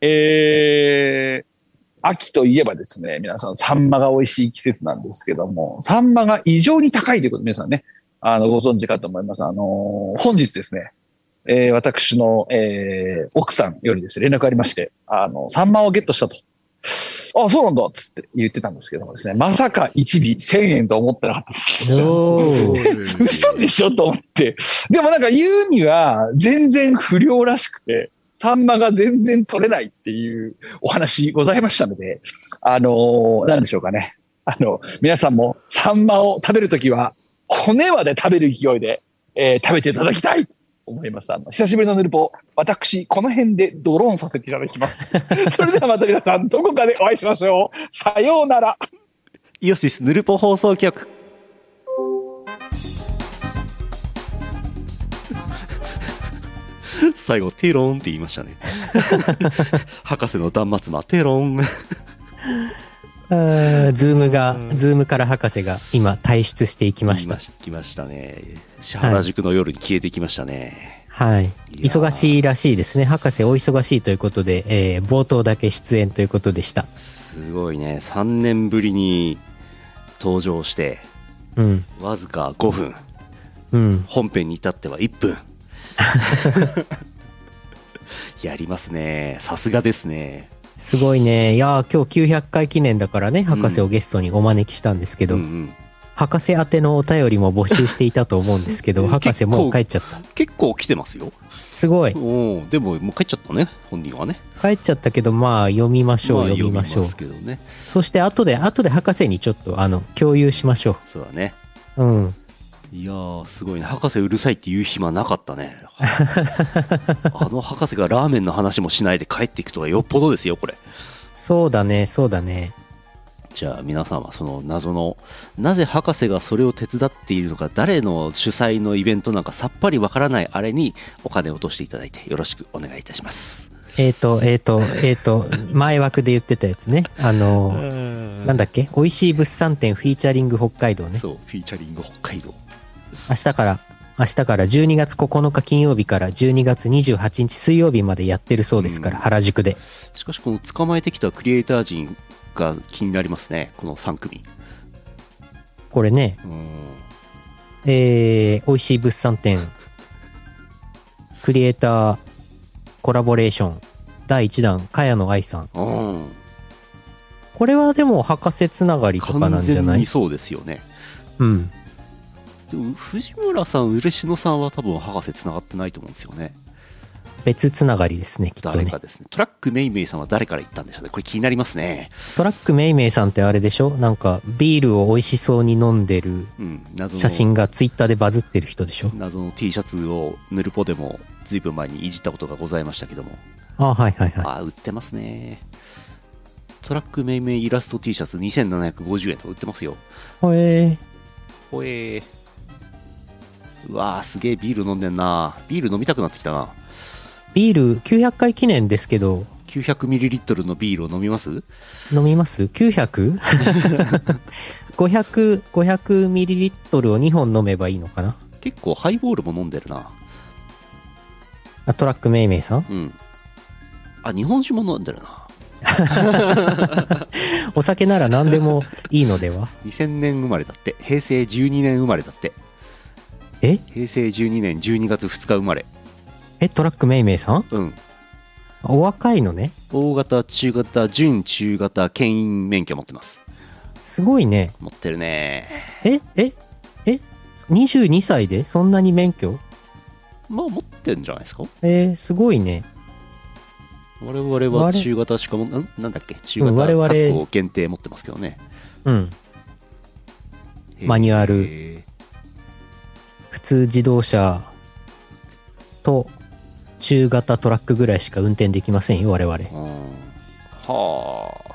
えー、秋といえばですね、皆さん、サンマが美味しい季節なんですけども、サンマが異常に高いということ、皆さんね、あの、ご存知かと思います。あのー本日ですね、えー私の、えー奥さんよりですね、連絡ありまして、あの、サンマをゲットしたと。あ、そうなんだっつって言ってたんですけどもですね、まさか1尾1000円と思ってなかったです。おー 嘘でしょと思って。でもなんか言うには、全然不良らしくて、サンマが全然取れないっていうお話ございましたので、あのー、なんでしょうかね。あの、皆さんもサンマを食べるときは、骨まで食べる勢いで、えー食べていただきたいと思います。あの、久しぶりのヌルポ、私、この辺でドローンさせていただきます。それではまた皆さん、どこかでお会いしましょう。さようなら。イオシスヌルポ放 送局。最後、テロンって言いまし たね。博士の端末魔、テロン。あーズームが、ズームから博士が今退出していきました。 来ましたね。原宿の夜に消えてきましたね。はい。いやー忙しいらしいですね。博士お忙しいということで、えー冒頭だけ出演ということでした。すごいね。3年ぶりに登場して、うん。わずか5分。うん。本編に至っては1分 やりますねさすがですねすごいね。いやー今日900回記念だからね、博士をゲストにお招きしたんですけうど、んうん博士宛てのお便りも募集していたと思うんですけ ど、博士もう帰っちゃった。結構来てますよすごい。おーでももう帰っちゃったね本人はね帰っちゃったけど、まあ読みましょう、あ読みましょう読みす。けどねそして後で、後で博士にちょっと、あの、共有しましょそうだねう。うん。いやーすごいね博士うるさいって言う暇なかったね あの博士がラーメンの話もしないで帰っていくとはよっぽどですよこれそうだね、そうだね。じゃあ皆さんはその謎のなぜ博士がそれを手伝っているのか誰の主催のイベントなんかさっぱりわからないあれにお金を落としていただいてよろしくお願いいたしますえっ、と、えっ、と、えっ、と、前枠で言ってたやつね。あのー、なんだっけ美味しい物産展フィーチャリング北海道ね。そうフィーチャリング北海道明日から、明日から12月9日金曜日から12月28日水曜日までやってるそうですから、うん原宿で。しかしこの捕まえてきたクリエイター陣が気になりますねこの3組これね、うんえー、美味しい物産展、クリエイターコラボレーション、第1弾、茅野愛さん。うんこれはでも博士つながりとかな完んじゃ全なにいそうですよねうん。でも藤村さん嬉野さんは多分博士つながってないと思うんですよね別つながりですね、きっと誰ねか。ですねトラックめいめいさんは誰から言ったんでしょうねこれ気になりますねトラックめいめいさんってあれでしょなんかビールを美味しそうに飲んでるうん謎の写真がツイッターでバズってる人でしょ謎の T シャツをヌルポでもずいぶん前にいじったことがございましたけども、あはいはいはい。ああ売ってますねトラックめいめいイラスト T シャツ2750円とか売ってますよほえほえーうわーすげえビール飲んでんなビール飲みたくなってきたなービール900回記念ですけど、 900ml のビールを飲みます飲みます ?900?500、500 500ミリリットルを2本飲めばいいのかな結構ハイボールも飲んでるなあトラックめいめいさんうんあ日本酒も飲んでるなお酒なら何でもいいので は2000年生まれだって平成12年生まれだってえ平成12年12月2日生まれえ、トラックめいめいさんうんお若いのね。大型、中型、準中型、牽引免許持ってます。すごいね。持ってるね。え、え、え、22歳でそんなに免許まあ持ってんじゃないですかえー、すごいね。我々は我中型しかも、んなんだっけ中うん我型々確保限定持ってますけどね。うん。マニュアルへー普通自動車と中型トラックぐらいしか運転できませんよ、我々。うんはあ。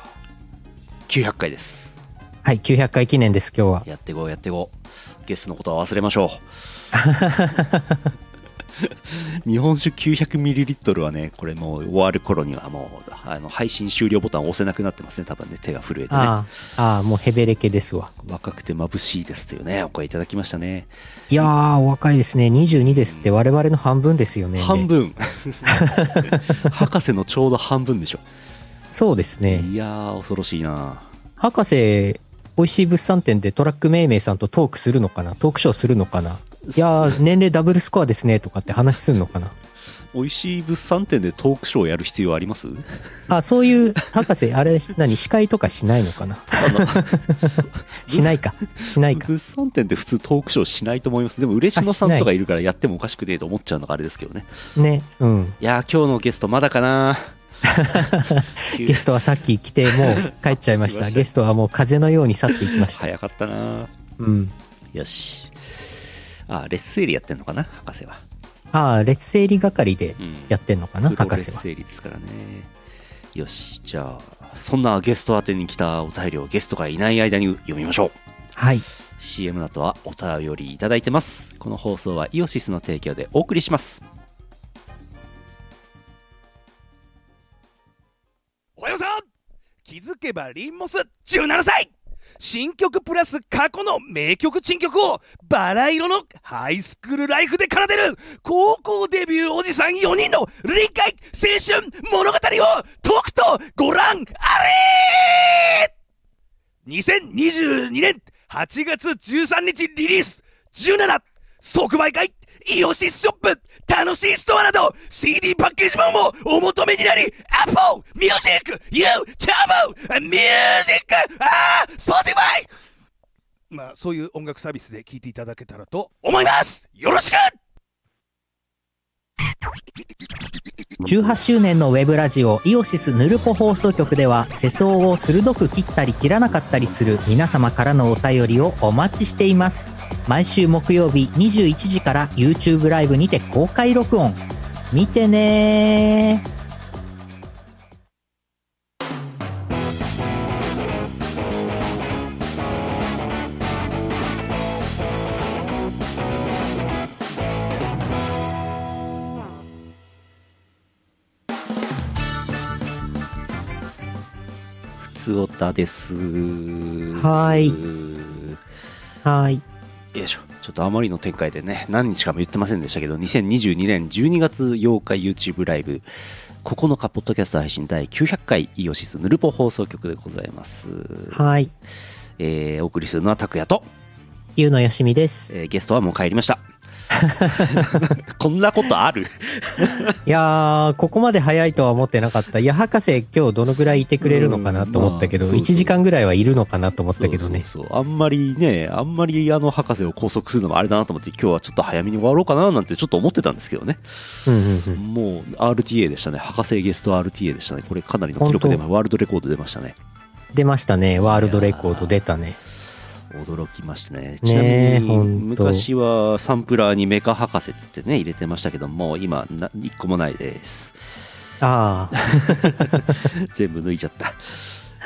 900回です。はい、900回記念です、今日は。やってこう、やってこう。ゲストのことは忘れましょう。 日本酒 900ml はね、これもう終わる頃にはもう、あの配信終了ボタン押せなくなってますね、多分ね、手が震えてね。ああ、ああ、もうヘベレケですわ。若くて眩しいですというね、お声いただきましたね。いやー、お若いですね。22ですって我々の半分ですよね。半分博士のちょうど半分でしょ。そうですね。いやー、恐ろしいな博士、美味しい物産展でトラックめいめいさんとトークするのかなトークショーするのかないや ー、年齢ダブルスコアですねとかって話するのかな美味しい物産展でトークショーやる必要ありますあ、そういう、博士、あれ、何、司会とかしないのかなしないか。しないか。物産展って普通トークショーしないと思います。でも、嬉野さあしなんいとかいるからやってもおかしくねえと思っちゃうのがあれですけどね。ね、うん。いやー、今日のゲストまだかな ゲストはさっき来て、もう帰っちゃいまし来また。したゲストはもう風のように去っていきました。早かったなうん。よし。あ、レッスンエリやってんのかな博士は。ああ、列整理係でうん。やってんのかな、プロ博レ士はス。整理ですからねよしじゃあそんなゲスト宛てに来たお便りをゲストがいない間に読みましょうはい。 CM の後はお便りいただいてますこの放送はイオシスの提供でお送りしますおはようさん気づけばリンモス17歳新曲プラス過去の名曲珍曲をバラ色のハイスクールライフで奏でる高校デビューおじさん4人の臨海青春物語をとくとご覧あれ2022年8月13日リリース17即売会イオシスショップ楽しいストアなど CD パッケージ版をお求めになり Apple Music YouTube Music あー Spotify まあそういう音楽サービスで聴いていただけたらと思いますよろしく18周年のウェブラジオイオシスヌルポ放送局では世相を鋭く切ったり切らなかったりする皆様からのお便りをお待ちしています毎週木曜日21時から YouTube ライブにて公開録音見てねー普通おたですはーはいよいしょちょっとあまりの展開でね何日かも言ってませんでしたけど2022年12月8日 YouTube ライブ9日ポッドキャスト配信第900回イオシスヌルポ放送局でございます、はいえーお送りするのは拓也とゆうのよしみですえーゲストはもう帰りました こんなことあるいやーここまで早いとは思ってなかったいや博士今日どのぐらいいてくれるのかなと思ったけど、うんまあそうそ1う時間ぐらいはいるのかなと思ったけどねそうそうそうあんまりねあんまりあの博士を拘束するのもあれだなと思って今日はちょっと早めに終わろうかななんてちょっと思ってたんですけどねうんうんうんもう RTA でしたね博士ゲスト RTA でしたねこれかなりの記録で本ワールドレコード出ましたね出ましたねワールドレコード出たね驚きましたねえちなみにほんと昔はサンプラーにメカ博士っつってね入れてましたけども今な一個もないですああ、 全部抜いちゃった、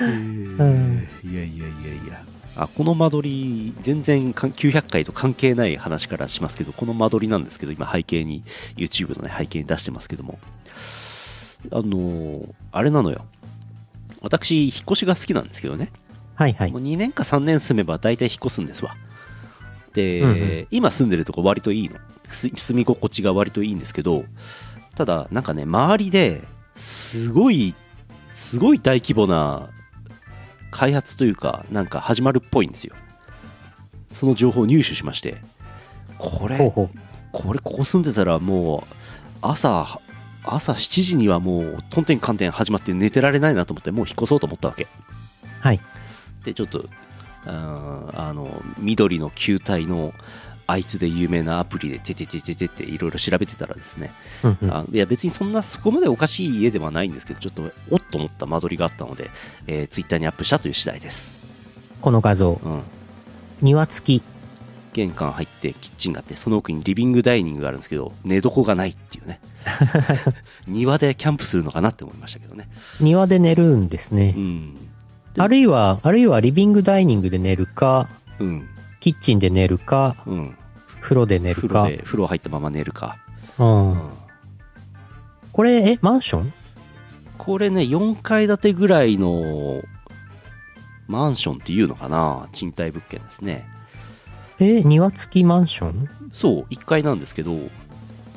えーうんいやいやいやいやあこの間取り全然かん900回と関係ない話からしますけどこの間取りなんですけど今背景に YouTube の、ね、背景に出してますけどもあのーあれなのよ私引っ越しが好きなんですけどね、はいはいも。う2年か3年住めば大体引っ越すんですわで、うんうん今住んでるとこ割といいのす住み心地が割といいんですけどただなんかね周りですごいすごい大規模な開発というかなんか始まるっぽいんですよその情報を入手しましてこれほうほこれここ住んでたらもう朝朝7時にはもうとんてんかんてん始まって寝てられないなと思ってもう引っ越そうと思ったわけう。はい。でちょっとあーあの緑の球体のあいつで有名なアプリでてててててっていろいろ調べてたらですね、うんうん、あいや別にそんなそこまでおかしい家ではないんですけどちょっとおっと思った間取りがあったので、えー、ツイッターにアップしたという次第です、この画像、うん、庭付き。玄関入ってキッチンがあってその奥にリビングダイニングがあるんですけど寝床がないっ ていうね庭でキャンプするのかなって思いましたけどね、庭で寝るんですうね。んあるいは、あるいはリビングダイニングで寝るか、うんキッチンで寝るか、うん、風呂で寝る風呂か。で風呂入ったまま寝るかうああんこれ、え、マンションこれね4階建てぐらいのマンションっていうのかな賃貸物件ですねえ、庭付きマンションそう1階なんですけど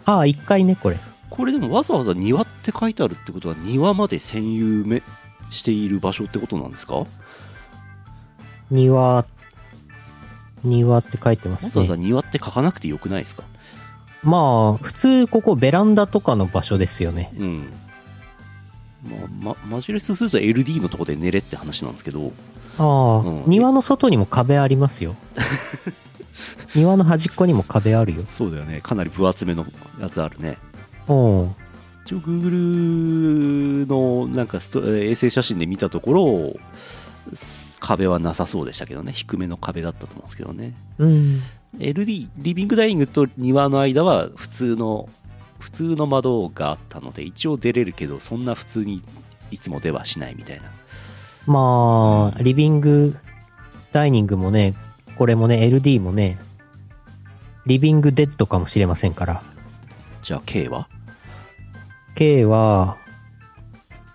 ああ、1階ね、これ。これでもわざわざ庭って書いてあるってことは庭まで占有めしている場所ってことなんですかわ庭、庭って書いてまざすわざね。庭って書かなくてよくないですかまあ、普通ここベランダとかの場所ですよね。うんまあ、まマジレスすると LD のとこで寝れって話なんですけどああ、うん庭の外にも壁あります よ。庭の端っこにも壁あるよ。そうだよねかなり分厚めのやつあるねうん。一応 Google のなんかストえー衛星写真で見たところす壁はなさそうでしたけどね低めの壁だったと思うんですけどねうん。 LD リビングダイニングと庭の間は普通の普通の窓があったので一応出れるけどそんな普通にいつも出はしないみたいなまあ、リビング、ダイニングもね、これもね、LD もね、リビングデッドかもしれませんから。じゃあ K は K は、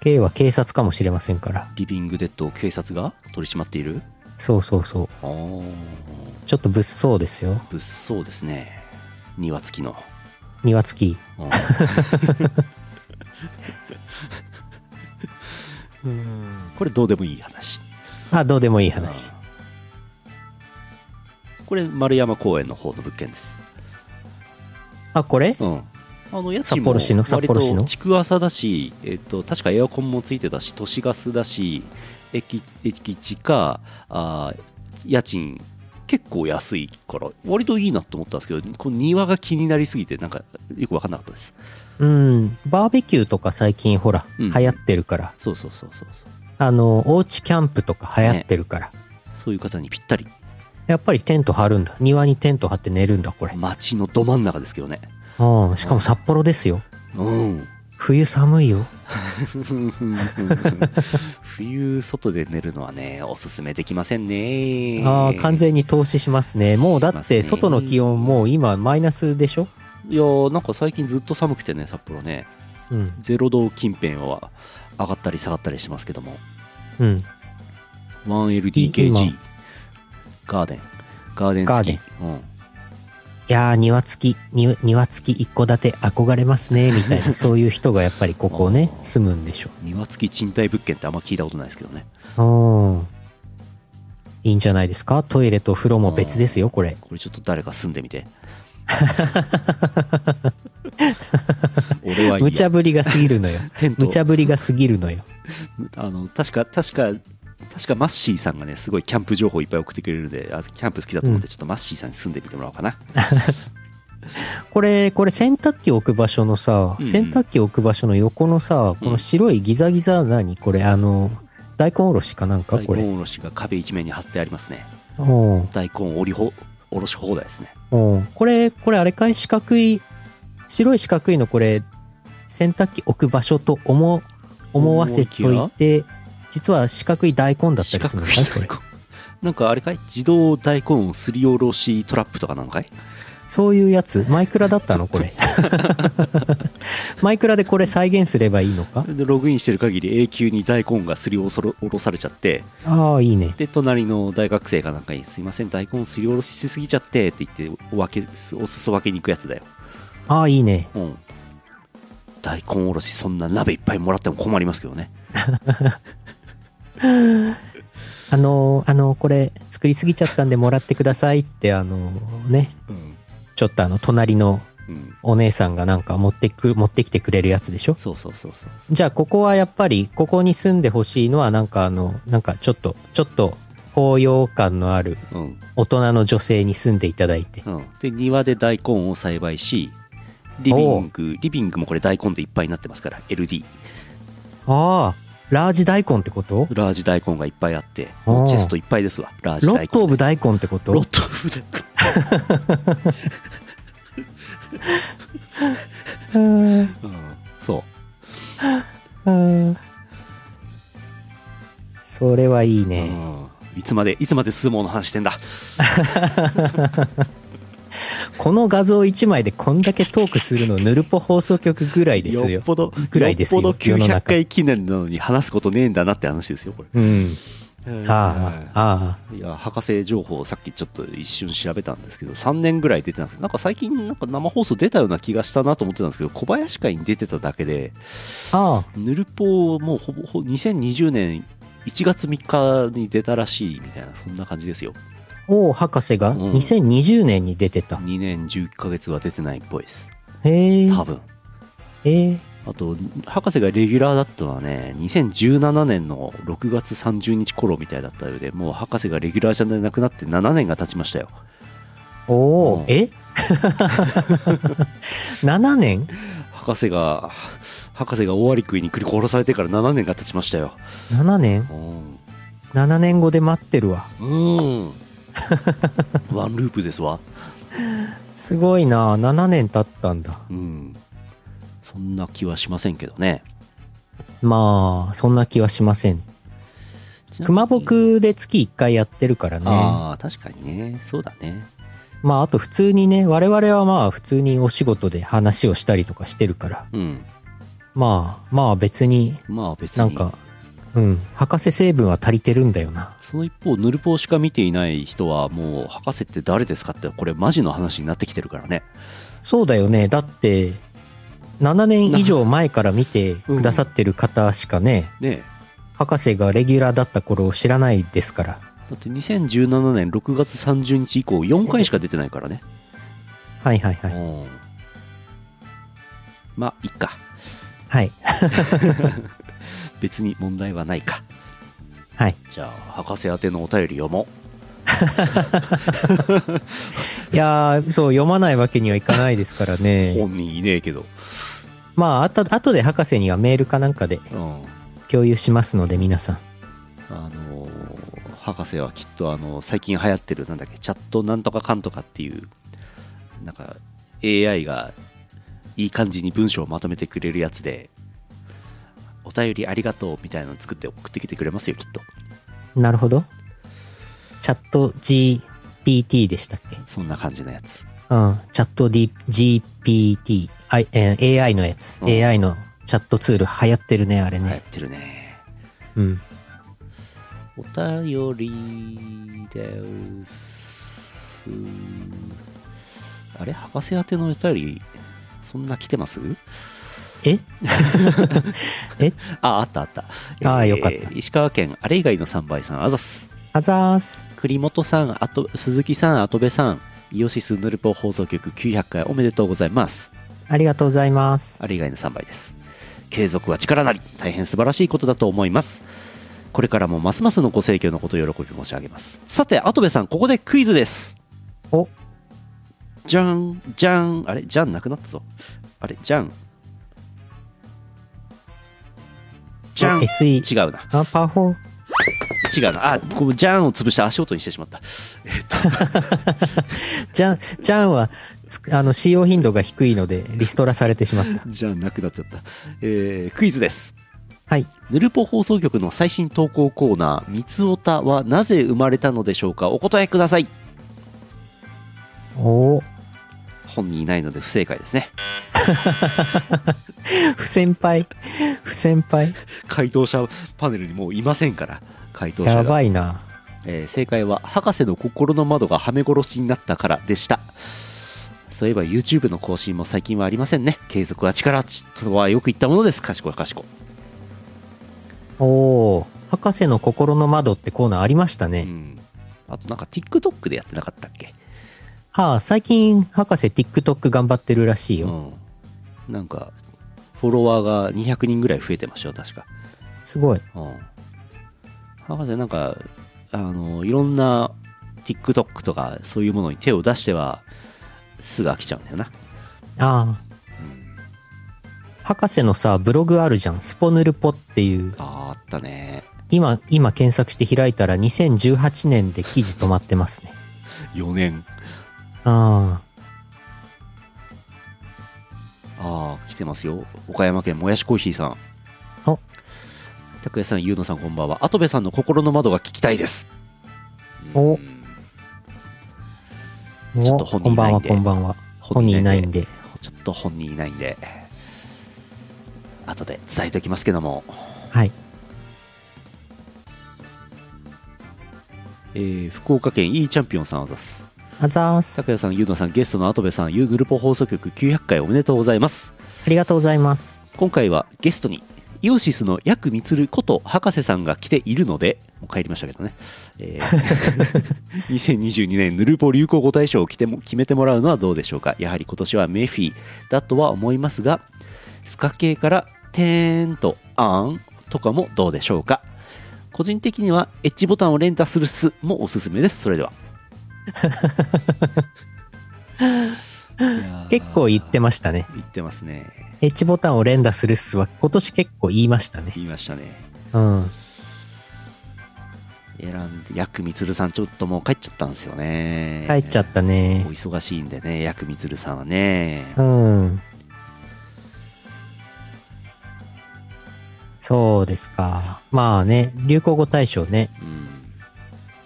K は警察かもしれませんから。リビングデッドを警察が取り締まっているそうそうそう。ああちょっと物騒ですよ。物騒ですね庭付きの庭付き。うんこれどうでもいい話あ、どうでもいい話。これ丸山公園の方の物件ですあ、これうんあの家賃札も幌市の割札幌市のと築浅だし、えっと、確かエアコンもついてたし都市ガスだし駅駅地かあー家賃結構安いから割といいなと思ったんですけどこの庭が気になりすぎてなんかよく分かんなかったですうん。バーベキューとか最近ほら、うん流行ってるから。そうそうそうそうそうあの、おうちキャンプとか流行ってるから。そういう方にぴったりやっぱりテント張るんだ。庭にテント張って寝るんだ、これ。街のど真ん中ですけどねうん。しかも札幌ですよ。うん冬寒いよ。冬外で寝るのはねおすすめできませんねああ、完全に投資しますね。もうだしまっすねて、外の気温もう今マイナスでしょいやーなんか最近ずっと寒くてね札幌ねうん。 0度近辺は上がったり下がったりしてますけどもうん。 1LDKG ガーデンガーデンガー付デきンいやー、庭付き、に庭付き一戸建て憧れますね、みた いな、そういう人がやっぱりここねあ、ー住むんでしょうん、庭付き賃貸物件ってあんま聞いたことないですけどねう。うん。いいんじゃないですかトイレと風呂も別ですよ、これ。これちょっと誰か住んで みて俺はいいや無茶ぶりが過ぎるの よ。テント無茶ぶりが過ぎるのよ。あの確か確か確かマッシーさんがねすごいキャンプ情報いっぱい送ってくれるんであキャンプ好きだと思って、うちょっとマッシーさんに住んでみてもらおうかなこれ、これ洗濯機置く場所のさ、うんうん洗濯機置く場所の横のさ、この白いギザギザ何これ、あの、大根おろしかなんか大これ。根おろしが壁一面に貼ってありますねうん。大根おりほおろし放題ですねうん。これ、これあれかい四角い、白い四角いのこれ、洗濯機置く場所と思、思わせといて、実は四角い大根だった四りする角のいかいこ大れ根なんかあれかい自動大根をすりおろしトラップとかなのかいそういうやつ、マイクラだったのこ れ。マイクラでこれ再現すればいいのかでログインしてる限り永久に大根がすりおろそろおろされちゃってああ、いいね。で隣の大学生がなんかに「すいません大根すりおろししすぎちゃって」って言ってお分けお裾分けに行くやつだよああ、いいね。うん、大根おろしそんな鍋いっぱいもらっても困りますけどねあのー、あのー、これ作りすぎちゃったんでもらってくださいって、あのー、ね、うん、ちょっとあの、隣のお姉さんがなんか持ってく、持ってきてくれるやつでしょそうそうそうそうじゃあここはやっぱりここに住んでほしいのはなんかあのなんかちょっとちょっと高揚感のあるそう、うん大人の女性に住んでいただいてうん、で庭で大根を栽培しリビングリビングもこれ大根でいっぱいになってますから LD ああラージ大根ってことラージ大根がいっぱいあっておーチェストいっぱいですわラージロ大根ット・オブ大根ってこロッとトオブう大根ーんうんそう、ーんそれはいいうね、うんいつまでいつまで相撲の話してんだこの画像一枚でこんだけトークするのヌルポ放送局ぐらいですよよっ。ぽど、ぐらいですよよっぽど世の900中回記念なのに話すことねえんだなって話ですよ、これ。うん。あはあ、あいいや、博士情報をさっきちょっと一瞬調べたんですけど、3年ぐらい出てなくて、なんか最近なんか生放送出たような気がしたなと思ってたんですけど、小林会に出てただけで、あ、あヌルポもうほぼほ2020年1月3日に出たらしいみたいな、そんな感じですよ。あ。おお、博士がうん2020年に出てた。 2年11ヶ月は出てないっぽいです。へえ。多分。へえ。あと、博士がレギュラーだったのはね、2017年の6月30日頃みたいだったようで、もう博士がレギュラーじゃなくなって7年が経ちましたよ。おうんお、え ?7 年博士が、博士がオワリクイに繰り殺されてから7年が経ちましたよ。 ?7 年うん。 ?7 年後で待ってるわ。うん。 ワンループですわ。すごいな7年経ったんだ。うん。そんな気はしませんけどね。まあ、そんな気はしません。熊僕で月1回やってるからね。ああ、確かにね。そうだね。まあ、あと普通にね、我々はまあ普通にお仕事で話をしたりとかしてるから、うん。まあ、まあ別にまあ別に。なんか、うん、博士成分は足りてるんだよな。その一方、ヌルポしか見ていない人は、もう、博士って誰ですかって、これ、マジの話になってきてるからね。そうだよね。だって、7年以上前から見てくださってる方しかね、ね博士がレギュラーだった頃を知らないですから。えだって2017年6月30日以降、4回しか出てないからね。はいはいはい。うんまあ、いっか。はい。別に問題はないか。はい。じゃあ、博士宛てのお便り読もいやー、そう、読まないわけにはいかないですから う。ね。本人いねえけど。まあ、あと、後で博士にはメールかなんかでうん。共有しますので、皆さん。あのー博士はきっとあの最近流行ってるなんだっけチャットなんとかかんとかっていうなんか AI がいい感じに文章をまとめてくれるやつでお便りありがとうみたいなの作って送ってきてくれますよきっとなるほど。チャット GPT でしたっけそんな感じのやつうん。チャット、D、GPT、I えー AI のやつ。うん AI のチャットツール流行ってるね、あれ流ね。行ってるねうん。お便りですあれ博士宛てのお便りそんな来てますええあ、あったあった。あーよかった石川県、あれ以外の3倍さん、あざっす。あざーす。栗本さん、あと、鈴木さん、跡部さん、イオシスヌルポ放送局900回おめでとうございます。ありがとうございます。あれ以外の3倍です。継続は力なり、大変素晴らしいことだと思います。これからもますますのご盛況のことを喜び申し上げます。さて、跡部さん、ここでクイズです。おじゃん、じゃん、あれ、じゃんなくなったぞ。あれ、じゃん。じゃん、違 SE。うな。あ、パフォー。違うなあこうジャンを潰して足音にしてしまったえっとジャン、ジャンはつく、あの、使用頻度が低いので、リストラされてしまった。ジャンなくなっちゃった、えークイズですはい。ヌルポ放送局の最新投稿コーナー「みつおた」はなぜ生まれたのでしょうかお答えくださいおー本人いないので不正解ですね不先輩。不先輩。回答者パネルにもういませんから回答や者が、ばいな。えー正解は「博士の心の窓がはめ殺しになったから」でしたそういえば YouTube の更新も最近はありませんね継続は力とはよく言ったものですかしこかしこおー博士の心の窓ってコーナーありましたね。うん、あとなんか TikTok でやってなかったっけ、はあ、最近、博士 TikTok 頑張ってるらしいよ。うん、なんかフォロワーが200人ぐらい増えてましたよ確か、すごい。うん、博士なんかあのいろんな TikTok とかそういうものに手を出してはすぐ飽きちゃうんだよな、ああ。うん、博士のさ、ブログあるじゃん。スポヌルポっていう。あーあったね今、今検索して開いたら2018年で記事止まってますね。 4年あああ来てますよ岡山県もやしコーヒーさんお拓也さん、ゆうのさん、こんばんは。跡部さんの心の窓が聞きたいです。おうんちょっと本こ人んいばはなんいんでこんばんは。本人いないんで。ちょっと本人いないんで後で伝えておきますけどもはい。えー福岡県 E チャンピオンさんあざすあざーす。高谷さん、ゆうなさん、ゲストの跡部さん、ゆうぬるぽ放送局900回おめでとうございます。ありがとうございます。今回はゲストに、イオシスのヤクミツルこと博士さんが来ているので、もう帰りましたけどね、えー2022年ヌルポ流行語大賞を来ても決めてもらうのはどうでしょうか。やはり今年はメフィーだとは思いますが、スカ系からてーんとあーんとかもどうでしょうか。個人的にはエッジボタンを連打するすもおすすめです。それでは。結構言ってましたね。言ってますね H ボタンを連打するっすは今年結構言いましたね。言いましたねうん。選んでヤクミツルさんちょっともう帰っちゃったんですよね帰っちゃったおね。忙しいんでねヤクミツルさんはねうん。そうですか。まあね、流行語大賞ね、うん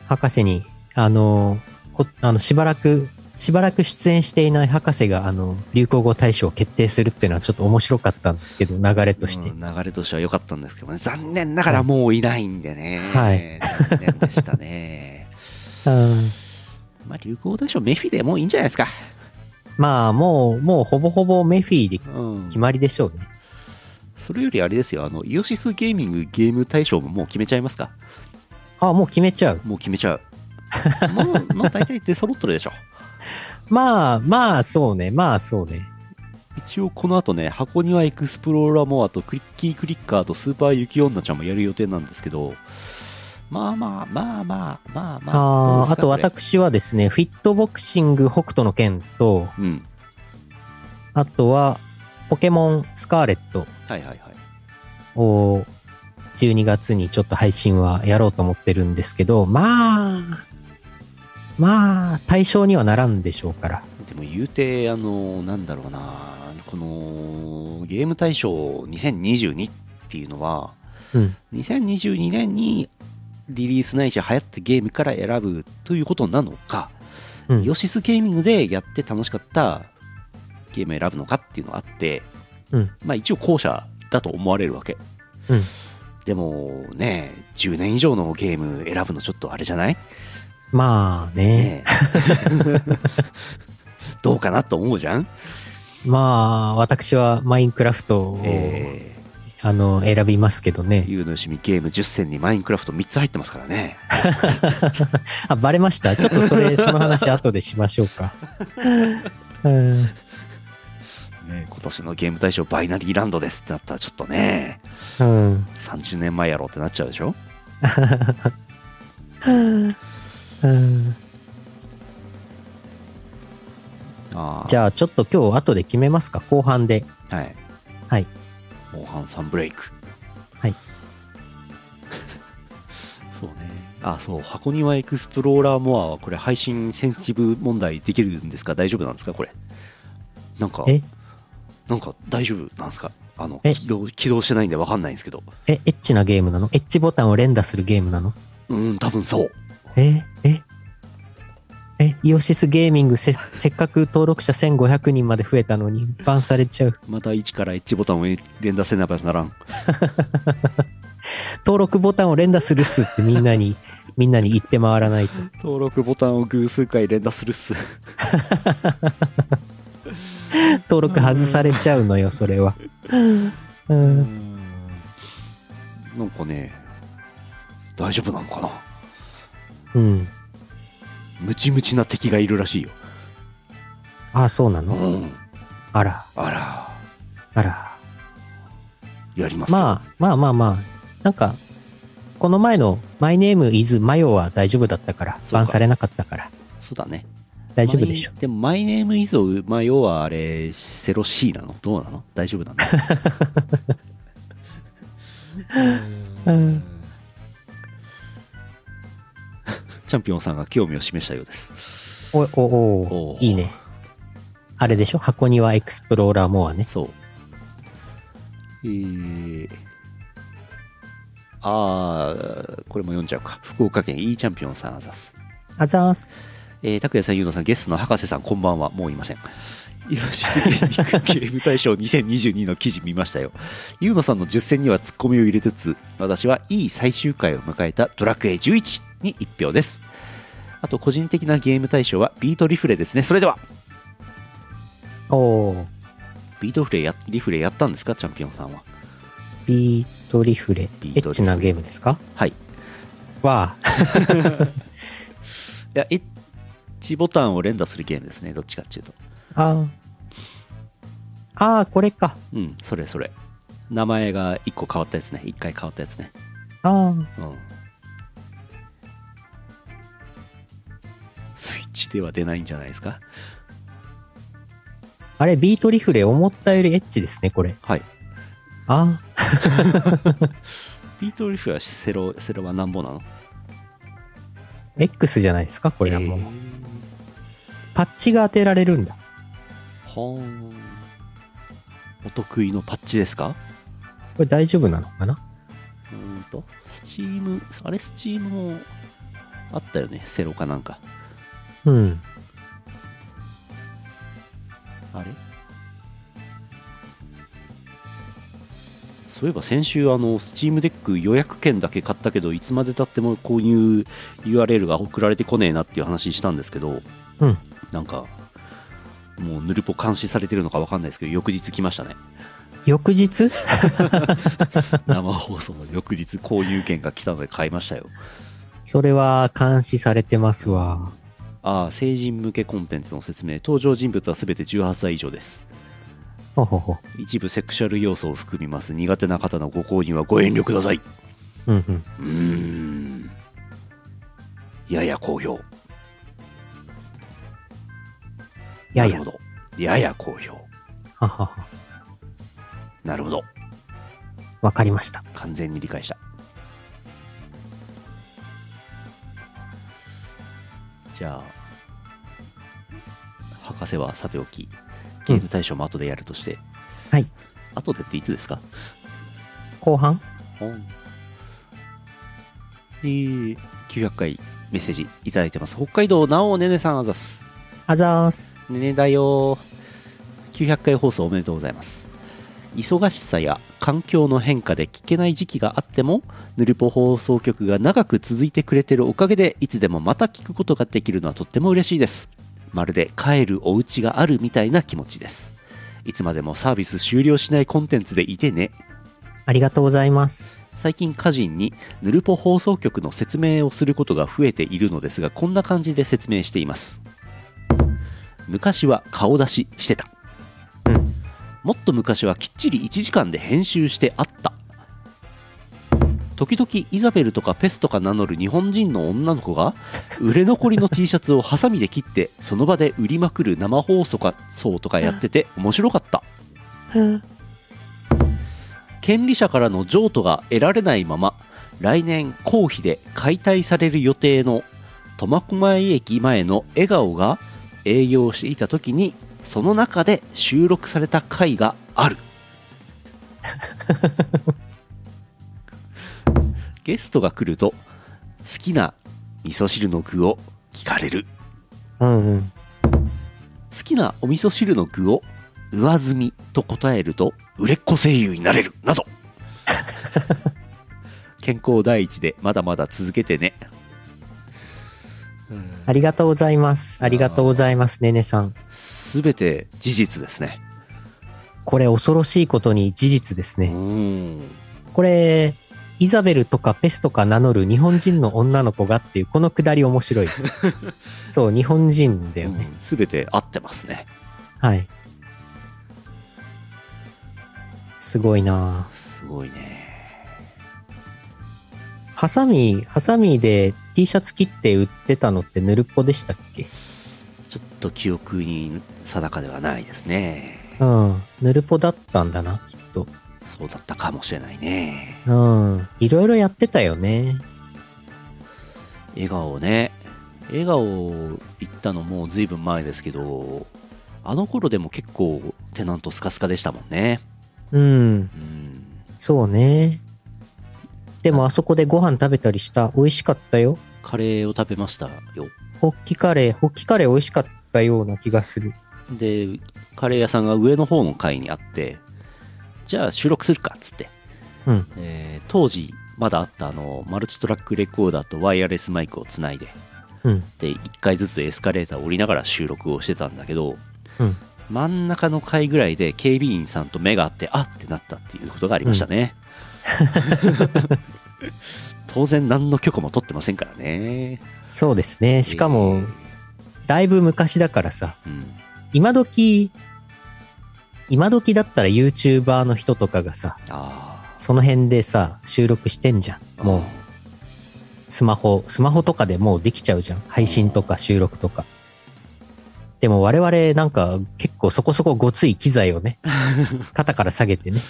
博士に、あの、こあのしばらく、しばらく出演していない博士が、あの、流行語大賞を決定するっていうのはちょっと面白かったんですけど、流れとして。うん流れとしては良かったんですけどね残念ながらもういないんでねはい残念でしたね うん。まあ流行語大賞メフィでもういいんじゃないですかまあ、もう、もうほぼほぼメフィーでうん決まりでしょうね。それよりあれですよあのイオシスゲーミングゲーム大賞ももう決めちゃいますかあ、もう決めちゃう。もう決め ちゃうもうもう大体出揃っとるでしょまあ、まあ、そうね。まあ、そうね。一応この後ね箱庭エクスプローラーもあとクリッキークリッカーとスーパー雪女ちゃんもやる予定なんですけどまあまあまあまあまあまああーあとどうですかこ私はですね、フィットボクシング北斗の拳と、れうんあとはポケモンスカーレットはいはいはいを12月にちょっと配信はやろうと思ってるんですけど、まあ、まあ、対象にはならんでしょうから。でも言うてあのなんだろうなこのゲーム大賞2022っていうのはうん。 2022年にリリースないし流行ったゲームから選ぶということなのか、うんヨシスゲーミングでやって楽しかったゲームを選ぶのかっていうのがあって、うんまあ一応後者だと思われるわけ、うんでもね10年以上のゲーム選ぶのちょっとあれじゃない、まあね、ね えどうかなと思うじゃん、まあ、私はマインクラフトを、えあの、選びますけどー、ね。ゆうのよしみゲーム10選にマインクラフト3つ入ってますからねあ、バレました。ちょっとそれ、その話後でしましょう か。うん。ね今年のゲーム大賞バイナリーランドですってなったらちょっとねうん。 30年前やろうってなっちゃうでしょうんあじゃゃあちょっと今日後で決めますか後半であはいはいモンハンさんブレイクはい そうねあそう箱庭エクスプローラーモアはこれ配信センシティブ問題できるんですか大丈夫なんですかこれなんかえなんか大丈夫なんですかあのえ起動起動してないんでわかんないんですけどえエッチなゲームなのエッチボタンを連打するゲームなのうん多分そうえええイオシスゲーミングせせっかく登録者1500人まで増えたのにバンされちゃうまた1からエッジボタンを連打せなばならん登録ボタンを連打するっすってみんな にみんなに言って回らないと登録ボタンを偶数回連打するっす登録外されちゃうのよそれはうんなんかね大丈夫なのかなうんムチムチな敵がいるらしいよ、あそうなのうん、あらあらあらやりますかまあまあまあまあなんかこの前の「マイネームイズマヨ」は大丈夫だったからそうかバンされなかったからそうだね大丈夫でしょマイでもマイネームイズをまあ要はあれセロ C なのどうなの大丈夫 なのうんチャンピオンさんが興味を示したようですおおおおいいねあれでしょ箱庭エクスプローラーモアねそうえー、ああこれも読んじゃうか福岡県 E チャンピオンさんあざすあざーすええー、拓也さん、ゆうのさん、ゲストの博士さん、こんばんは。もういません。イオシスゲーミングゲーム大賞2022の記事見ましたよ。ゆうのさんの10選にはツッコミを入れつつ、私はいい最終回を迎えたドラクエ11に1票です。あと、個人的なゲーム大賞はビートリフレですね。それでは、おー、ビートリフレやリフレやったんですか、チャンピオンさんは。ビートリフレ。エビートリフレッチなゲームですかはい。いは、や、エッジボタンを連打するゲームですね。どっちかっていうと。あー、あー、これか。うん、それそれ。名前が1個変わったやつね。1回変わったやつね。あー、うん。スイッチでは出ないんじゃないですかあれ、ビートリフレ思ったよりエッチですね、これ。はい。あビートリフはセロ、セロはなんぼなのー、X じゃないですか、ここれはもう。う。パッチが当てられるんだ。ほーん。お得意のパッチですかこれ大丈夫なのかなうーんと、スチーム、あれ、スチームもあったよね。セロかなんか。うん。あれそういえば先週あの Steam デック予約券だけ買ったけどいつまでたっても購入 URL が送られてこねえなっていう話したんですけど、うんなんかもうヌルポ監視されてるのかわかんないですけど翌日来まし たね翌日生放送の翌日購入券が来たので買いましたよそれは監視されてますわ。ああ成人向けコンテンツの説明登場人物は全て18歳以上ですほほほ。一部セクシャル要素を含みます苦手な方のご購入はご遠慮くださいうんうん。うーんやや好評やなやる。ほどやや好評ははは。なるほどわかりました。完全に理解したじゃあ博士はさておきゲーム大賞も後でやるとして、はい後でっていつですか後半うんえー900回メッセージいただいてます北海道なおねねさんあざっすあざーす。ねねだよ900回放送おめでとうございます忙しさや環境の変化で聞けない時期があってもぬるぽ放送局が長く続いてくれてるおかげでいつでもまた聞くことができるのはとっても嬉しいですまるで帰るお家があるみたいな気持ちですいつまでもサービス終了しないコンテンツでいてねありがとうございます。最近歌人にぬるぽ放送局の説明をすることが増えているのですがこんな感じで説明しています昔は顔出ししてた、うんもっと昔はきっちり1時間で編集してあった時々イザベルとかペスとか名乗る日本人の女の子が売れ残りの T シャツをハサミで切ってその場で売りまくる生放送かそうとかやってて面白かった権利者からの譲渡が得られないまま来年公費で解体される予定の苫小牧駅前の笑顔が営業していた時にその中で収録された回がある ゲストが来ると好きな味噌汁の具を聞かれるうんうん。好きなお味噌汁の具を上積みと答えると売れっ子声優になれる など健康第一でまだまだ続けてねありがとうございます。ありがとうございます、ねねさん。すべて事実ですねこれ恐ろしいことに事実ですうね。んこれ、イザベルとかペスとか名乗る日本人の女の子がっていう、このくだり面 白い。そう、日本人だよね。すべて合ってますねはい。すごいなぁすごいねハサミ、ハサミで T シャツ切って売ってたのってぬるっぽでしたっけちょっと記憶に定かではないですねうん。ぬるぽだったんだな、きっと。そうだったかもしれないねうん。いろいろやってたよね。笑顔ね笑顔言ったのもずいぶん前ですけどあの頃でも結構テナントスカスカでしたもんねうん。うんそうね。でもあそこでご飯食べたりした。美味しかったよ。カレーを食べましたよホッキカレー、ホッキカレー美味しかったような気がする。でカレー屋さんが上の方の階にあってじゃあ収録するかっつって、うんえー当時まだあったあのマルチトラックレコーダーとワイヤレスマイクをつないでうん。で1回ずつエスカレーターを降りながら収録をしてたんだけど、うん真ん中の階ぐらいで警備員さんと目が合ってあっってなったっていうことがありまし たね、当然何の許可も取ってませんからねそうですね。しかも、だいぶ昔だからさ、うん今時、今時だったら YouTuber の人とかがさ、あその辺でさ、収録してんじゃあん。もう、スマホ、スマホとかでもうできちゃうじゃん。配信とか収録とか。でも我々なんか結構そこそこごつい機材をね、肩から下げてね、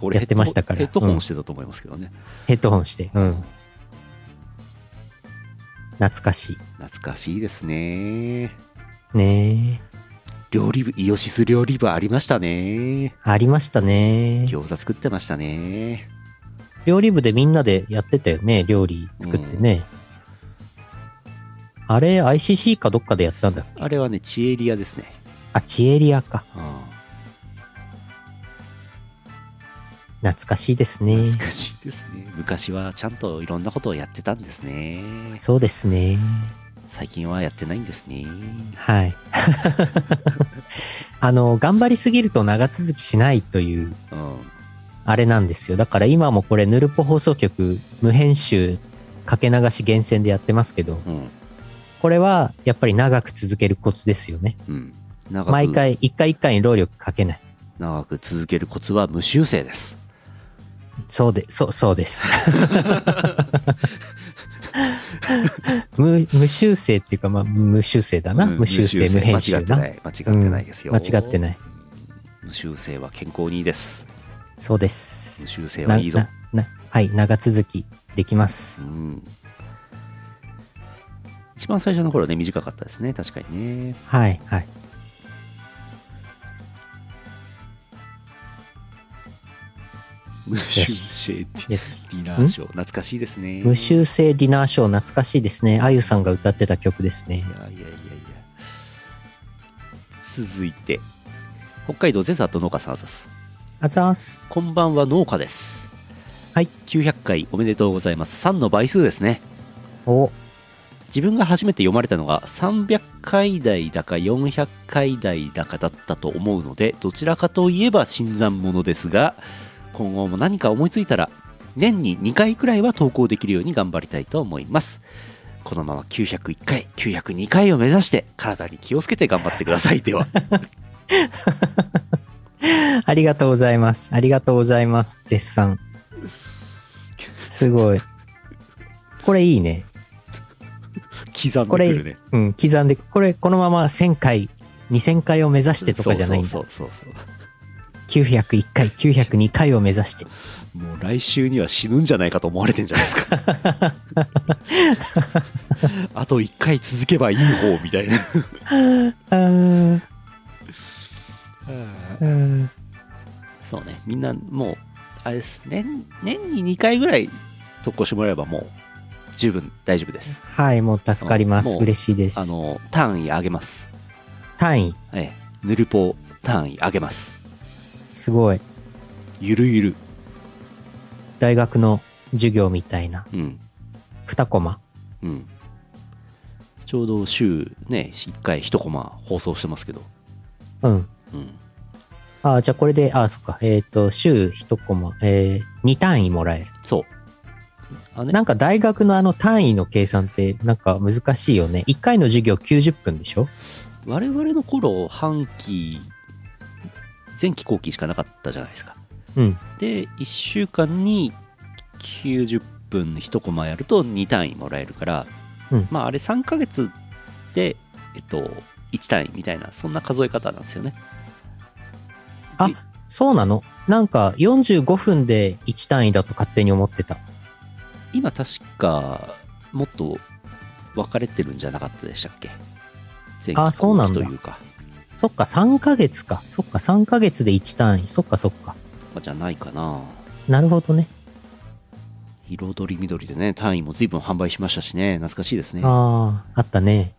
これやってましたからヘッドホンしてたと思いますけどね、ヘッドホンして。うん。懐かしい。懐かしいですねねえ。料理部イオシス料理部ありましたねありましたね。餃子作ってましたね料理部でみんなでやってたよね、料理作ってね。あれ、ICC かどっかでやったんだ。あれはねチエリアですね、あ、チエリアか。うん懐かしいですね。難しいですね昔はちゃんといろんなことをやってたんですねそうですね。最近はやってないんですねはい。 あの、頑張りすぎると長続きしないという、うんあれなんですよ。だから今もこれ、ヌルポ放送局、無編集、かけ流し厳選でやってますけど、うんこれはやっぱり長く続けるコツですよね。うん長く毎回、一回一回に労力かけない。長く続けるコツは無修正ですそうで、そう、そう です。無無修正っていうか、まあ、無修正だな。うん無修正、無編集間な。違ってない間違ってないですよ、うん間違ってない無修正は健康にいいですそうで無す。修正はいいぞなななはい、長続きできます。うん一番最初の頃ね短かったですね確かにねはい、はい。無修正ディでディナーショー懐かしいですね無修正ディナーショー、懐かしいですね。あゆさんが歌ってた曲ですねい。やいやいやいや続いて北海道ゼザーと農家さんあざすあざーす。こんばんは農家ですはい900回おめでとうございます3の倍数ですねお、自分が初めて読まれたのが300回台だか400回台だかだったと思うのでどちらかといえば新参者ですが今後も何か思いついたら年に2回くらいは投稿できるように頑張りたいと思いますこのまま901回902回を目指して体に気をつけて頑張ってくださいではありがとうございます。ありがとうございます。絶賛。すごい。これいいね。 刻んでくるねうん、刻んで、これ、このまま1000回、2000回を目指してとかじゃないんだ。そうそうそうそ901回、902回を目指して。うもう来週には死ぬんじゃないかと思われてんじゃないですか あと1回続けばいい方みたいなうーん、うーんそうね、みんなもう、あれです、年年に2回ぐらい投稿してもらえばもう、十分大丈夫です。はい、もう助かりまあす。もう嬉しいですあ。の、単位上げます。単位、ええ、ぬるぽ単位上げます。すごい。ゆるゆる。大学の授業みたいな。うん、 2コマ。うん。ちょうど週ね、1回1コマ放送してますけど、うん。うん、あじゃあこれで、あそっか。えっ、と、週1コマ、えー、2単位もらえる。そう。あねなんか大学のあの単位の計算って、なんか難しいよね。1回の授業90分でしょ我々の頃、半期、前期後期しかなかったじゃないですか。うん。で1週間に90分1コマやると2単位もらえるから、うんまああれ3ヶ月で、えっと、1単位みたいなそんな数え方なんですよねあいそうなのなんか45分で1単位だと勝手に思ってた。今確かもっと分かれてるんじゃなかったでしたっけ前あ期そう後なん期だというかそっか、3ヶ月か。そっか、3ヶ月で1単位。そっか、そっか。まあじゃないかななるほどね。彩り緑でね単位も随分販売しましたしね懐かしいですねああ、あったね。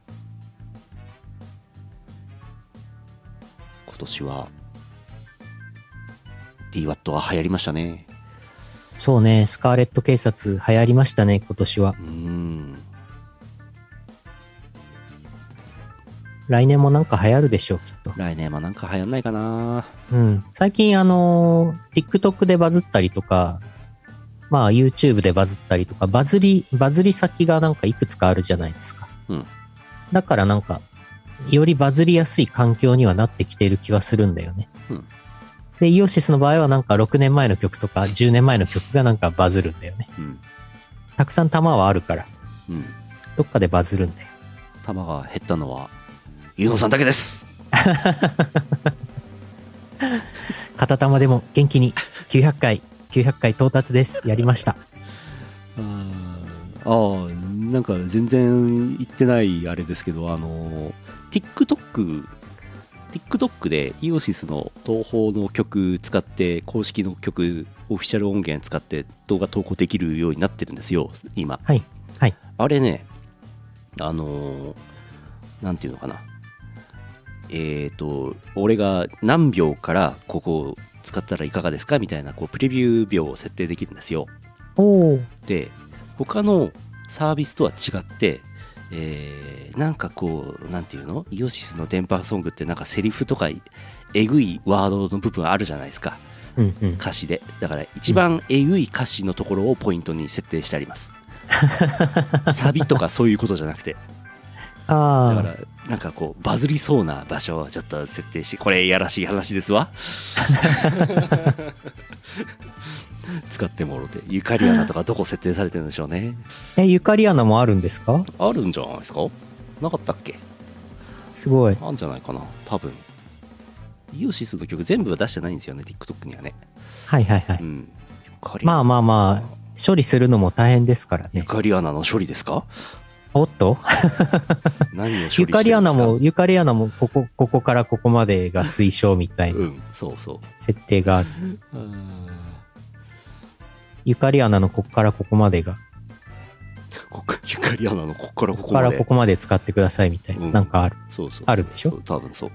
年は DWAT は流行りましたねそうね、スカーレット警察流行りましたね、今年はう。ーん来年もなんか流行るでしょう、きっと。来年はなんか流行んないかなうん。最近、あのー TikTok でバズったりとか、まあ YouTube でバズったりとか、バズり、バズり先がなんかいくつかあるじゃないですか。うんだからなんか、よりバズりやすい環境にはなってきている気はするんだよね。うんで、イオシスの場合はなんか6年前の曲とか10年前の曲がなんかバズるんだよね。うんたくさん弾はあるから、うんどっかでバズるんだよ。弾が減ったのはゆうのさんだけです片玉でも元気に900回、900回到達です。やりました。あーあーなんか全然言ってないあれですけどあの TikTok TikTok でイオシスの東宝の曲使って公式の曲オフィシャル音源使って動画投稿できるようになってるんですよ今はいはいあれねあのなんていうのかなえっ、と俺が何秒からここを使ったらいかがですかみたいなこうプレビュー秒を設定できるんですよおお。で他のサービスとは違って、えーなんかこうなんていうのイオシスの電波ソングってなんかセリフとかえぐいワードの部分あるじゃないですかうんうん。歌詞でだから一番えぐい歌詞のところをポイントに設定してあります サビとかそういうことじゃなくてだかあらなんかこうバズりそうな場所をちょっと設定してこれいやらしい話で すわ使ってもろてゆかりアナとかどこ設定されてるんでしょうねあ。え、ゆかりアナもあるんですかあるんじゃないですかなかったっけすごい。あんじゃないかな多分イオシスの曲全部は出してないんですよね TikTok にはねはいはいはうい。んゆかりまあまあまあ、処理するのも大変ですからゆね。かりアナの処理で すかおっと何を処理してゆるんですかかりアナも、ゆかりアナも、ここ、ここからここまでが推奨みたいなうんそうそう設定がある。うーんゆかりアナのここからここまでが、こっゆかりアナのこっからここここかまらでここまで使ってくださいみたいな。うんなんかある。そうそうそうあるでしょそう多分そう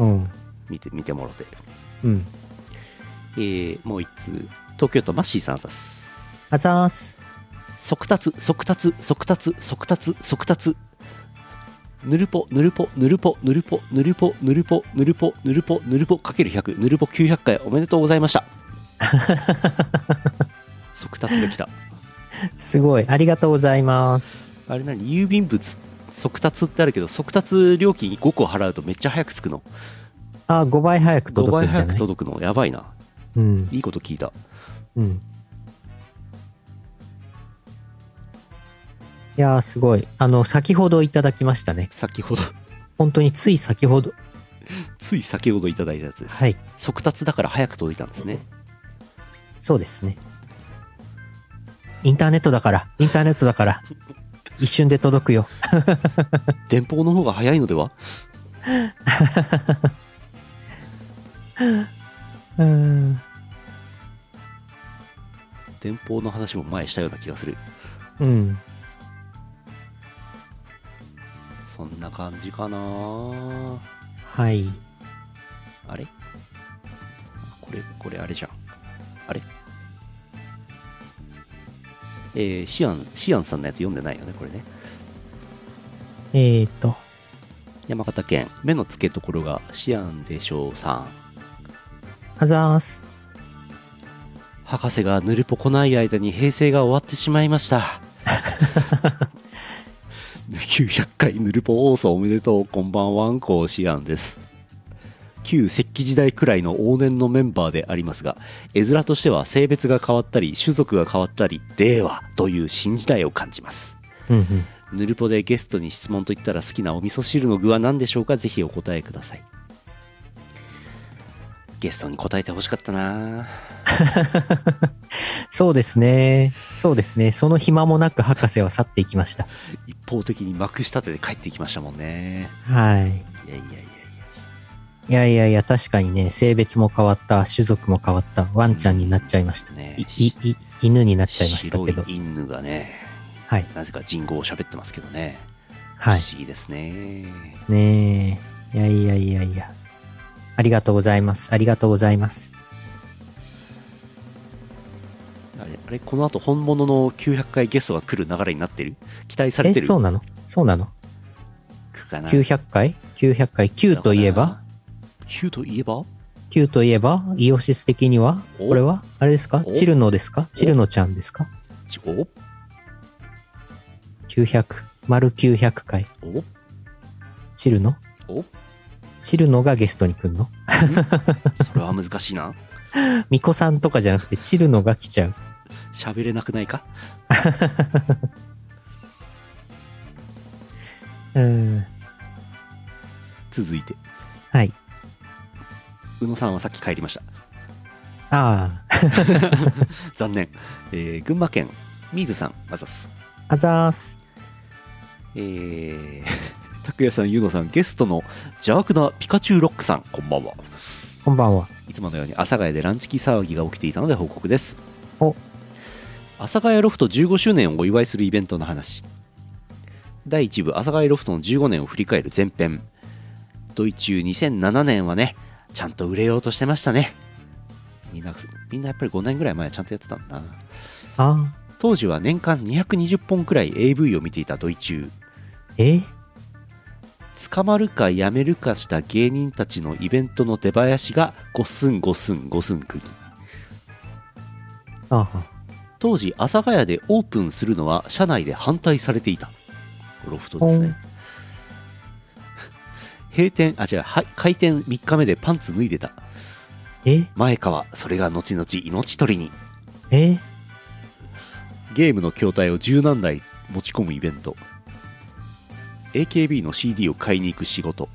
うん。見て見てもろてうん。えーもう一通東京都マッシーさんさすあざーす。速達速達速達速達速達ぬるぽぬるぽぬるぽぬるぽぬるぽぬるぽぬるぽぬるぽぬるぽかける100ぬるぽ900回おめでとうございました 速達できたすごい。ありがとうございます。あれ何郵便物速達ってあるけど速達料金5個払うとめっちゃ早く着くのあ、5倍早く5届く倍んじゃ早なくい届くのやばいなうん。いいこと聞いたうん。いやー、すごい。あの、先ほどいただきましたね。先ほど 本当につい先ほど。つい先ほどいただいたやつです、はい。速達だから早く届いたんですねそうですね。インターネットだから、インターネットだ から、一瞬で届くよ。電報の方が早いのではうーん。電報の話も前したような気がするうん。そんな感じかなはい。あれこれこれあれじゃんあれえー、シアンシアンさんのやつ読んでないよねこれねえーと、山形県目の付けどころがシアンでしょうさんあざーす。博士がぬるぽこない間に平成が終わってしまいました900回ぬるぽ放送おめでとうこんばんはんこうしあんです旧石器時代くらいの往年のメンバーでありますが絵面としては性別が変わったり種族が変わったり令和という新時代を感じますうんうん。ぬるぽでゲストに質問といったら好きなお味噌汁の具は何でしょうかぜひお答えくださいゲストに答えてほしかったなそうですね。そうですね。その暇もなく博士は去っていきました。一方的に幕下手で帰ってきましたもんねはい。いやいやいやいやいやいやいや、確かにね、性別も変わった、種族も変わった、ワンちゃんになっちゃいました。ねいいい犬になっちゃいました白けいど。犬がねはい。なぜか人語を喋ってますけどね、はい不。思議ですねねえ。いやいやいやいや。ありがとうございます。ありがとうございます。あれあれこの後本物の900回ゲストが来る流れになってる期待されえ、てるそうなのそうなの来るかな ?900 回 ?900 回。9といえば ?9 といえば ?9 といえばイオシス的にはおこれはあれですかおチルノですかチルノちゃんですかちお ?900。丸900回。おチルノおチルノがゲストに来るのそれは難しいな ミコさんとかじゃなくてチルノが来ちゃう。喋れなくないかうん。続いてはい。宇野さんはさっき帰りましたああ、残念、えー群馬県水さんあざっすあざーす。えー 拓也さんゆうのさんゲストの邪悪なピカチュウロックさんこんばんはこんばんは。いつものように阿佐ヶ谷でランチキ騒ぎが起きていたので報告ですお阿佐ヶ谷ロフト15周年をお祝いするイベントの話第1部阿佐ヶ谷ロフトの15年を振り返る前編ドイツ2007年はねちゃんと売れようとしてましたねみんなみんなやっぱり5年ぐらい前はちゃんとやってたんだなああ、当時は年間220本くらい AV を見ていたドイチューえ捕まるかやめるかした芸人たちのイベントの出囃子がゴスンゴスンゴスン釘ああ、当時阿佐ヶ谷でオープンするのは社内で反対されていたロフトですほねう 閉店あ違うはい開店3日目でパンツ脱いでたえ前川それが後々命取りにえゲームの筐体を十何台持ち込むイベント AKB の CD を買いに行く仕事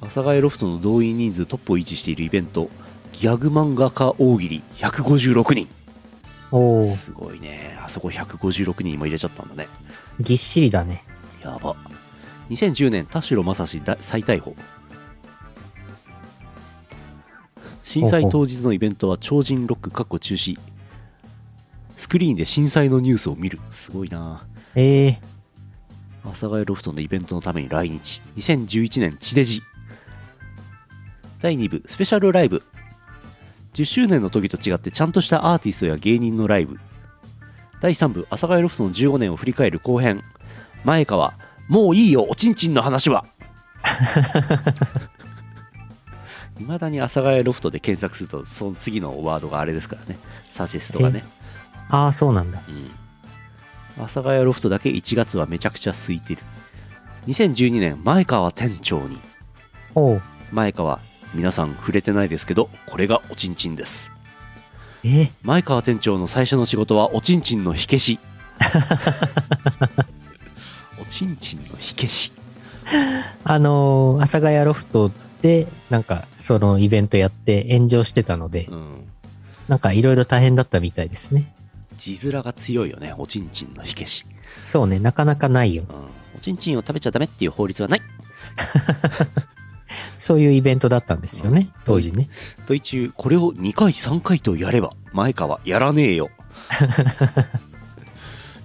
阿佐ヶ谷ロフトの動員人数トップを維持しているイベントギャグ漫画家大喜利156人おお、すごいねあそこ156人も入れちゃったんだねぎっしりだね。やば2010年田代正史大再逮捕震災当日のイベントは超人ロックかっこ中止スクリーンで震災のニュースを見るすごいなええ阿佐ヶ谷ロフトのイベントのために来日2011年地デジ第2部スペシャルライブ10周年の時と違ってちゃんとしたアーティストや芸人のライブ第3部阿佐ヶ谷ロフトの15年を振り返る後編前川もういいよおちんちんの話は未だに阿佐ヶ谷ロフトで検索するとその次のワードがあれですからねサジェストがねああ、そうなんだ。うん阿佐ヶ谷ロフトだけ1月はめちゃくちゃ空いてる2012年前川店長におお、前川皆さん触れてないですけどこれがおちんちんですええ前川店長の最初の仕事はおちんちんの火消 しおちんちんの火消しあのー、阿佐ヶ谷ロフトで、なんか、そのイベントやって炎上してたので、うんなんかいろいろ大変だったみたいですね。字面が強いよねおちんちんの火消し、そうね、なかなかないよ。うん、おちんちんを食べちゃダメっていう法律はないそういうイベントだったんですよね、当時ね。問い中これを2回3回とやれば前川やらね えよ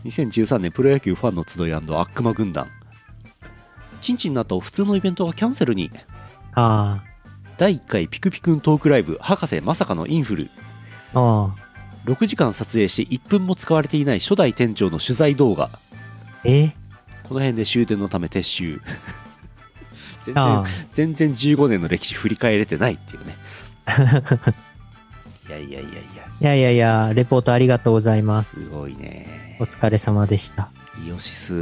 2013年プロ野球ファンの集い悪魔軍団チンチンの後普通のイベントがキャンセルにあ第1回ピクピクントークライブ博士まさかのインフルあ、ああ、 6時間撮影して1分も使われていない初代店長の取材動画ええこの辺で終点のため撤 収全然ああ、全然15年の歴史振り返れてないってい うねいやいやいやいやいやいやいや、レポートありがとうございますす。ごいねお疲れ様でした。イオシス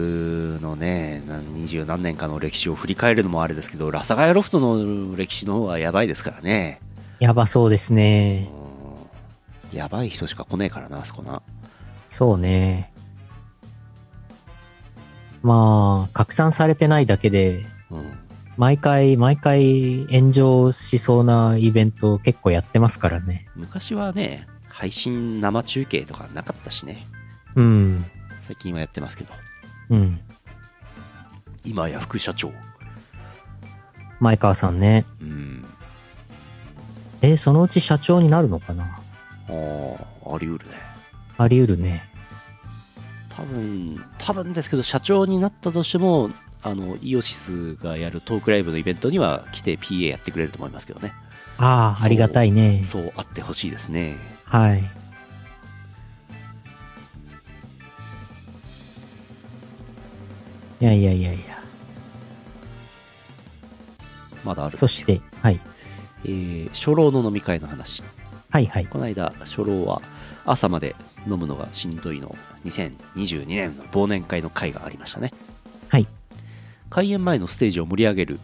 のねな二十何年かの歴史を振り返るのもあれですけどラサガヤロフトの歴史の方はやばいですからねやばそうですうんね。やばい人しか来ねえからなあそこなそうね。まあ、拡散されてないだけで、うん毎回、毎回炎上しそうなイベント結構やってますからね。昔はね配信生中継とかなかったしねうん。最近はやってますけどうん。今や副社長前川さんね。うんえ、そのうち社長になるのかなあああり得るねあり得るね。多分多分ですけど社長になったとしてもあのイオシスがやるトークライブのイベントには来て PA やってくれると思いますけどねああ、ありがたいね。そうあってほしいですねはい。いやいやいやいや。まだあるそして、はい。えー初老の飲み会の話はいはい。この間初老は朝まで飲むのがしんどいの2022年の忘年会の会がありましたねはい開演前のステージを盛り上げる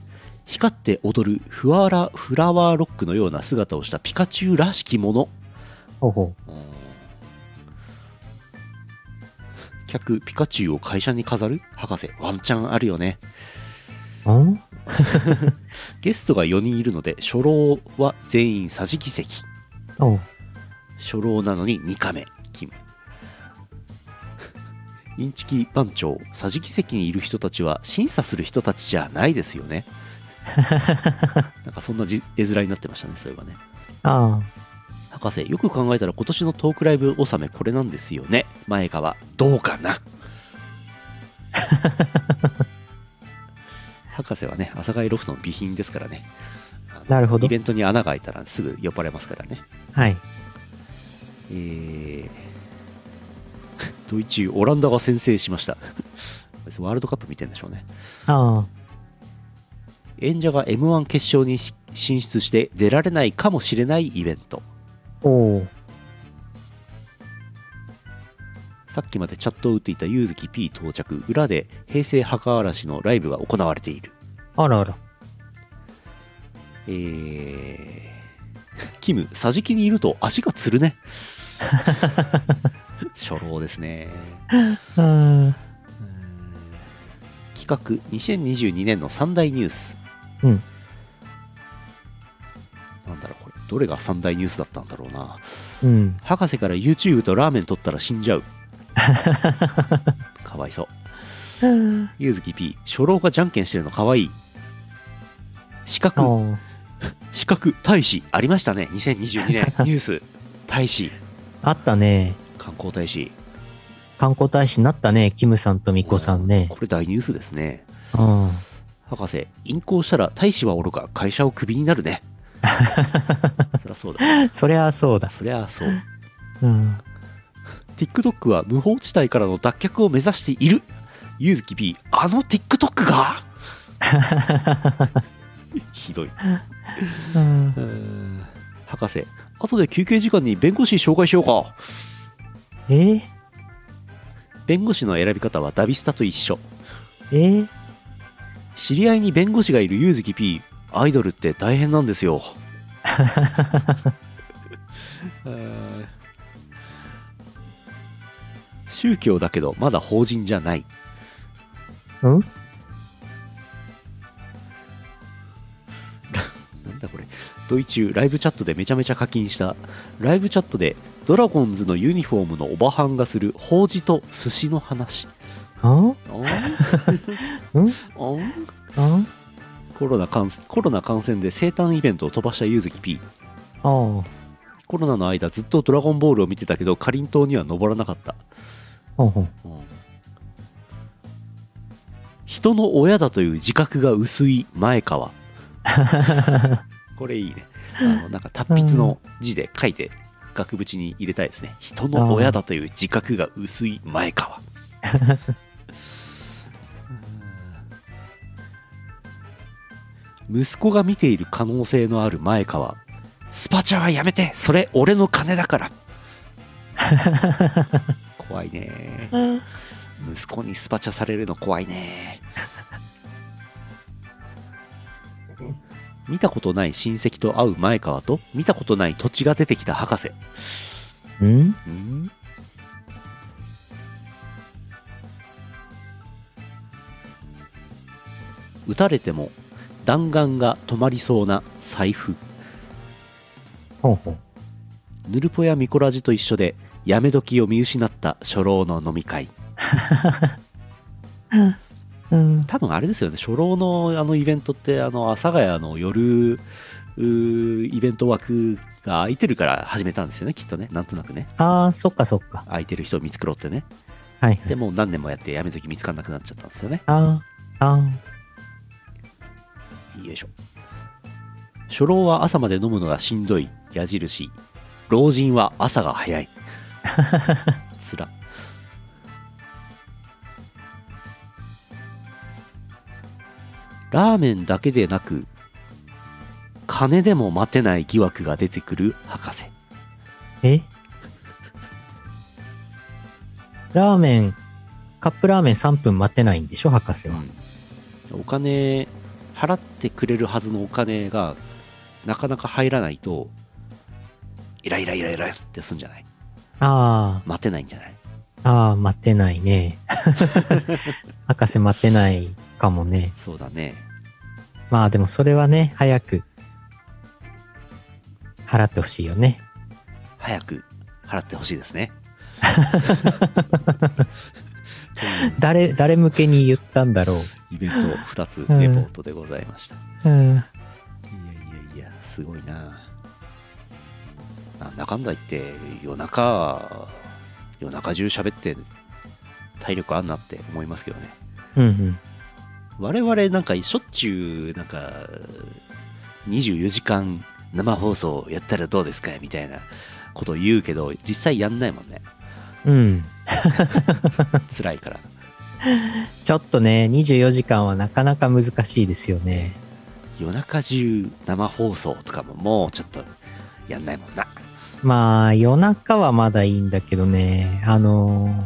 光って踊るフワラフラワーロックのような姿をしたピカチュウらしきものほうほう。うん客ピカチュウを会社に飾る博士ワンチャンあるよねうんゲストが4人いるので初老は全員桟敷席おう初老なのに2カ目勤務 インチキ番長桟敷席にいる人たちは審査する人たちじゃないですよねなんかそんなじ絵面になってましたねそういえばねあ博士よく考えたら今年のトークライブ納めこれなんですよね前川どうかな博士はね朝帰ロフトの備品ですからねあのなるほどイベントに穴が開いたらすぐ酔っ払いますからねあ。はい。えー ドイツオランダが先制しました ワールドカップ見てんでしょうねあ演者が m 1決勝にし進出して出られないかもしれないイベンあ。トおう。さっきまでチャットを打っていた柚月 P 到着裏で平成墓嵐のライブが行われているあらあら。えー、 キム桟敷にいると足が つるね初老ですねうん。企画2022年の三大ニュースうんなんだろうこれどれが三大ニュースだったんだろうなうん。博士から YouTube とラーメン取ったら死ん じゃうかわいそうゆずき P 初老がじゃんけんしてるのかわいい資格おう資格大使ありましたね2022年 ニュース大使あったね。観光大使観光大使になったね。キムさんとミコさんね。これ大ニュースですねうん。博士引行したら大使はおろか会社をクビになるねそりゃそうだそりゃそうだ。そりゃそううん。 TikTok は無法地帯からの脱却を目指しているゆずき P あの TikTok がひどいうんうーん博士後で休憩時間に弁護士紹介しようかえー弁護士の選び方はダビスタと一緒えー知り合いに弁護士がいるゆずき P アイドルって大変なんですよ うーん宗教だけどまだ法人じゃないうん なんだこれドイ中ライブチャットでめちゃめちゃ課金したライブチャットでドラゴンズのユニフォームのおばはんがする法事と寿司の話うんお うんおんうんコロナ感コロナ感染で生誕イベントを飛ばした柚月 P おうコロナの間ずっと「ドラゴンボール」を見てたけどかりんとうには登らなかった、ほうほううん人の親だという自覚が薄い前川 これいいねあのなんか達筆の字で書いて額縁に入れたいですね人の親だという自覚が薄い前 川息子が見ている可能性のある前川スパチャはやめてそれ俺の金だから 怖いね息子にスパチャされるの怖いね 見たことない親戚と会う前川と見たことない土地が出てきた博士うんうん撃たれても弾丸が止まりそうな財布ほうほうヌルポやミコラジと一緒でやめ時を見失った初老の飲み会うん多分あれですよね初老のあのイベントってあの阿佐ヶ谷の夜うーイベント枠が空いてるから始めたんですよねきっとねなんとなくねああそっかそっか空いてる人を見繕ってねはいでもう何年もやってやめとき見つかんなくなっちゃったんですよねああた。よいしょ初老は朝まで飲むのがしんどい矢印老人は朝が早いつらラーメンだけでなく金でも待てない疑惑が出てくる博士えラーメン、カップラーメン3分待ってないんでしょ、博士は。お金払ってくれるはずのお金がなかなか入らないとイライライライラってすんじゃないあ待てないんじゃないあ、ああ、待ってないね。 博士待ってないかもね。そうだねまあでもそれはね、早く払ってほしいよね。早く払ってほしいですねという誰、誰向けに言ったんだろイベント2つレポートでございました、う。うん。いやいやいやすごいななんだかんだ言って夜中夜中中喋って体力あんなって思いますけどねうんうん。我々なんかしょっちゅうなんか24時間生放送やったらどうですかみたいなことを言うけど実際やんないもんねうん。辛いからちょっとね、24時間はなかなか難しいですよね。夜中中生放送とかももうちょっとやんないもんなまあ、夜中はまだいいんだけどね、あのー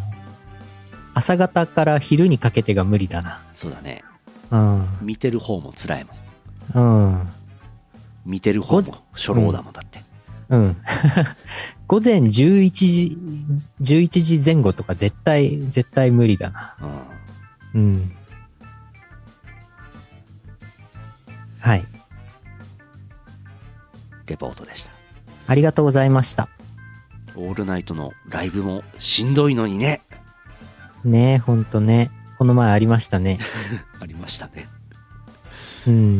朝方から昼にかけてが無理だそうだねな。見てる方も辛いもんうん。うん。見てる方ごぜも初老だもんだって、うん。 午前11時、11時前後とか絶対、絶対無理だな。うんうん。はい。レポートでしたありがとうございました。オールナイトのライブもしんどいのにねねえ、ほんとね。この前ありましたね。ありましたねうん。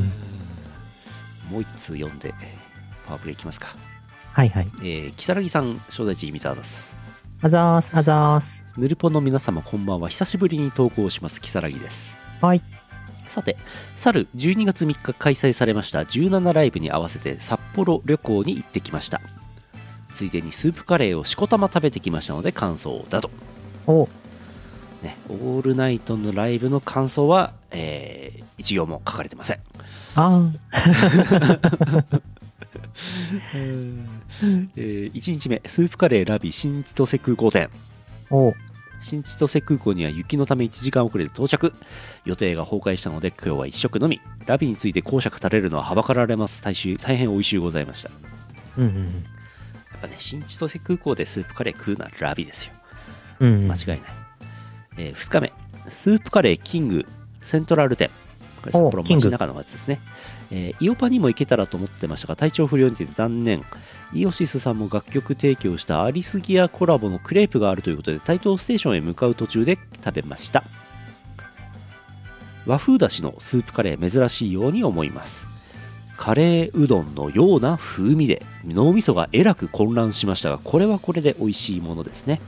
もう一通読んでパワープレイいきますかはいはい。えー、木更木さん、正代地、三沢です。あざーす、あざーす。ぬるぽの皆様、こんばんは。久しぶりに投稿します、木更木です。はい。さて、去る12月3日開催されました17ライブに合わせて札幌旅行に行ってきました。ついでにスープカレーをしこたま食べてきましたので感想だと。お、ね、オールナイトのライブの感想は、えー、一行も書かれてません。あえー、1日目、スープカレーラビ新千歳空港店。ー、お、新千歳空港には雪のため1時間遅れで到着予定が崩壊したので今日は1食のみラビについて講釈垂れるのははばかられます大衆大変おいしゅうございましたやうんうんっぱね新千歳空港でスープカレー食うならラビですようん。うんうん。間違いない、え2日目スープカレーキングセントラル店これ札幌おキング街中のやつですね、えーイオパにも行けたらと思ってましたが体調不良にて断念イオシスさんも楽曲提供したアリスギアコラボのクレープがあるということで台東ステーションへ向かう途中で食べました和風だしのスープカレー珍しいように思いますカレーうどんのような風味で脳みそがえらく混乱しましたがこれはこれで美味しいものですね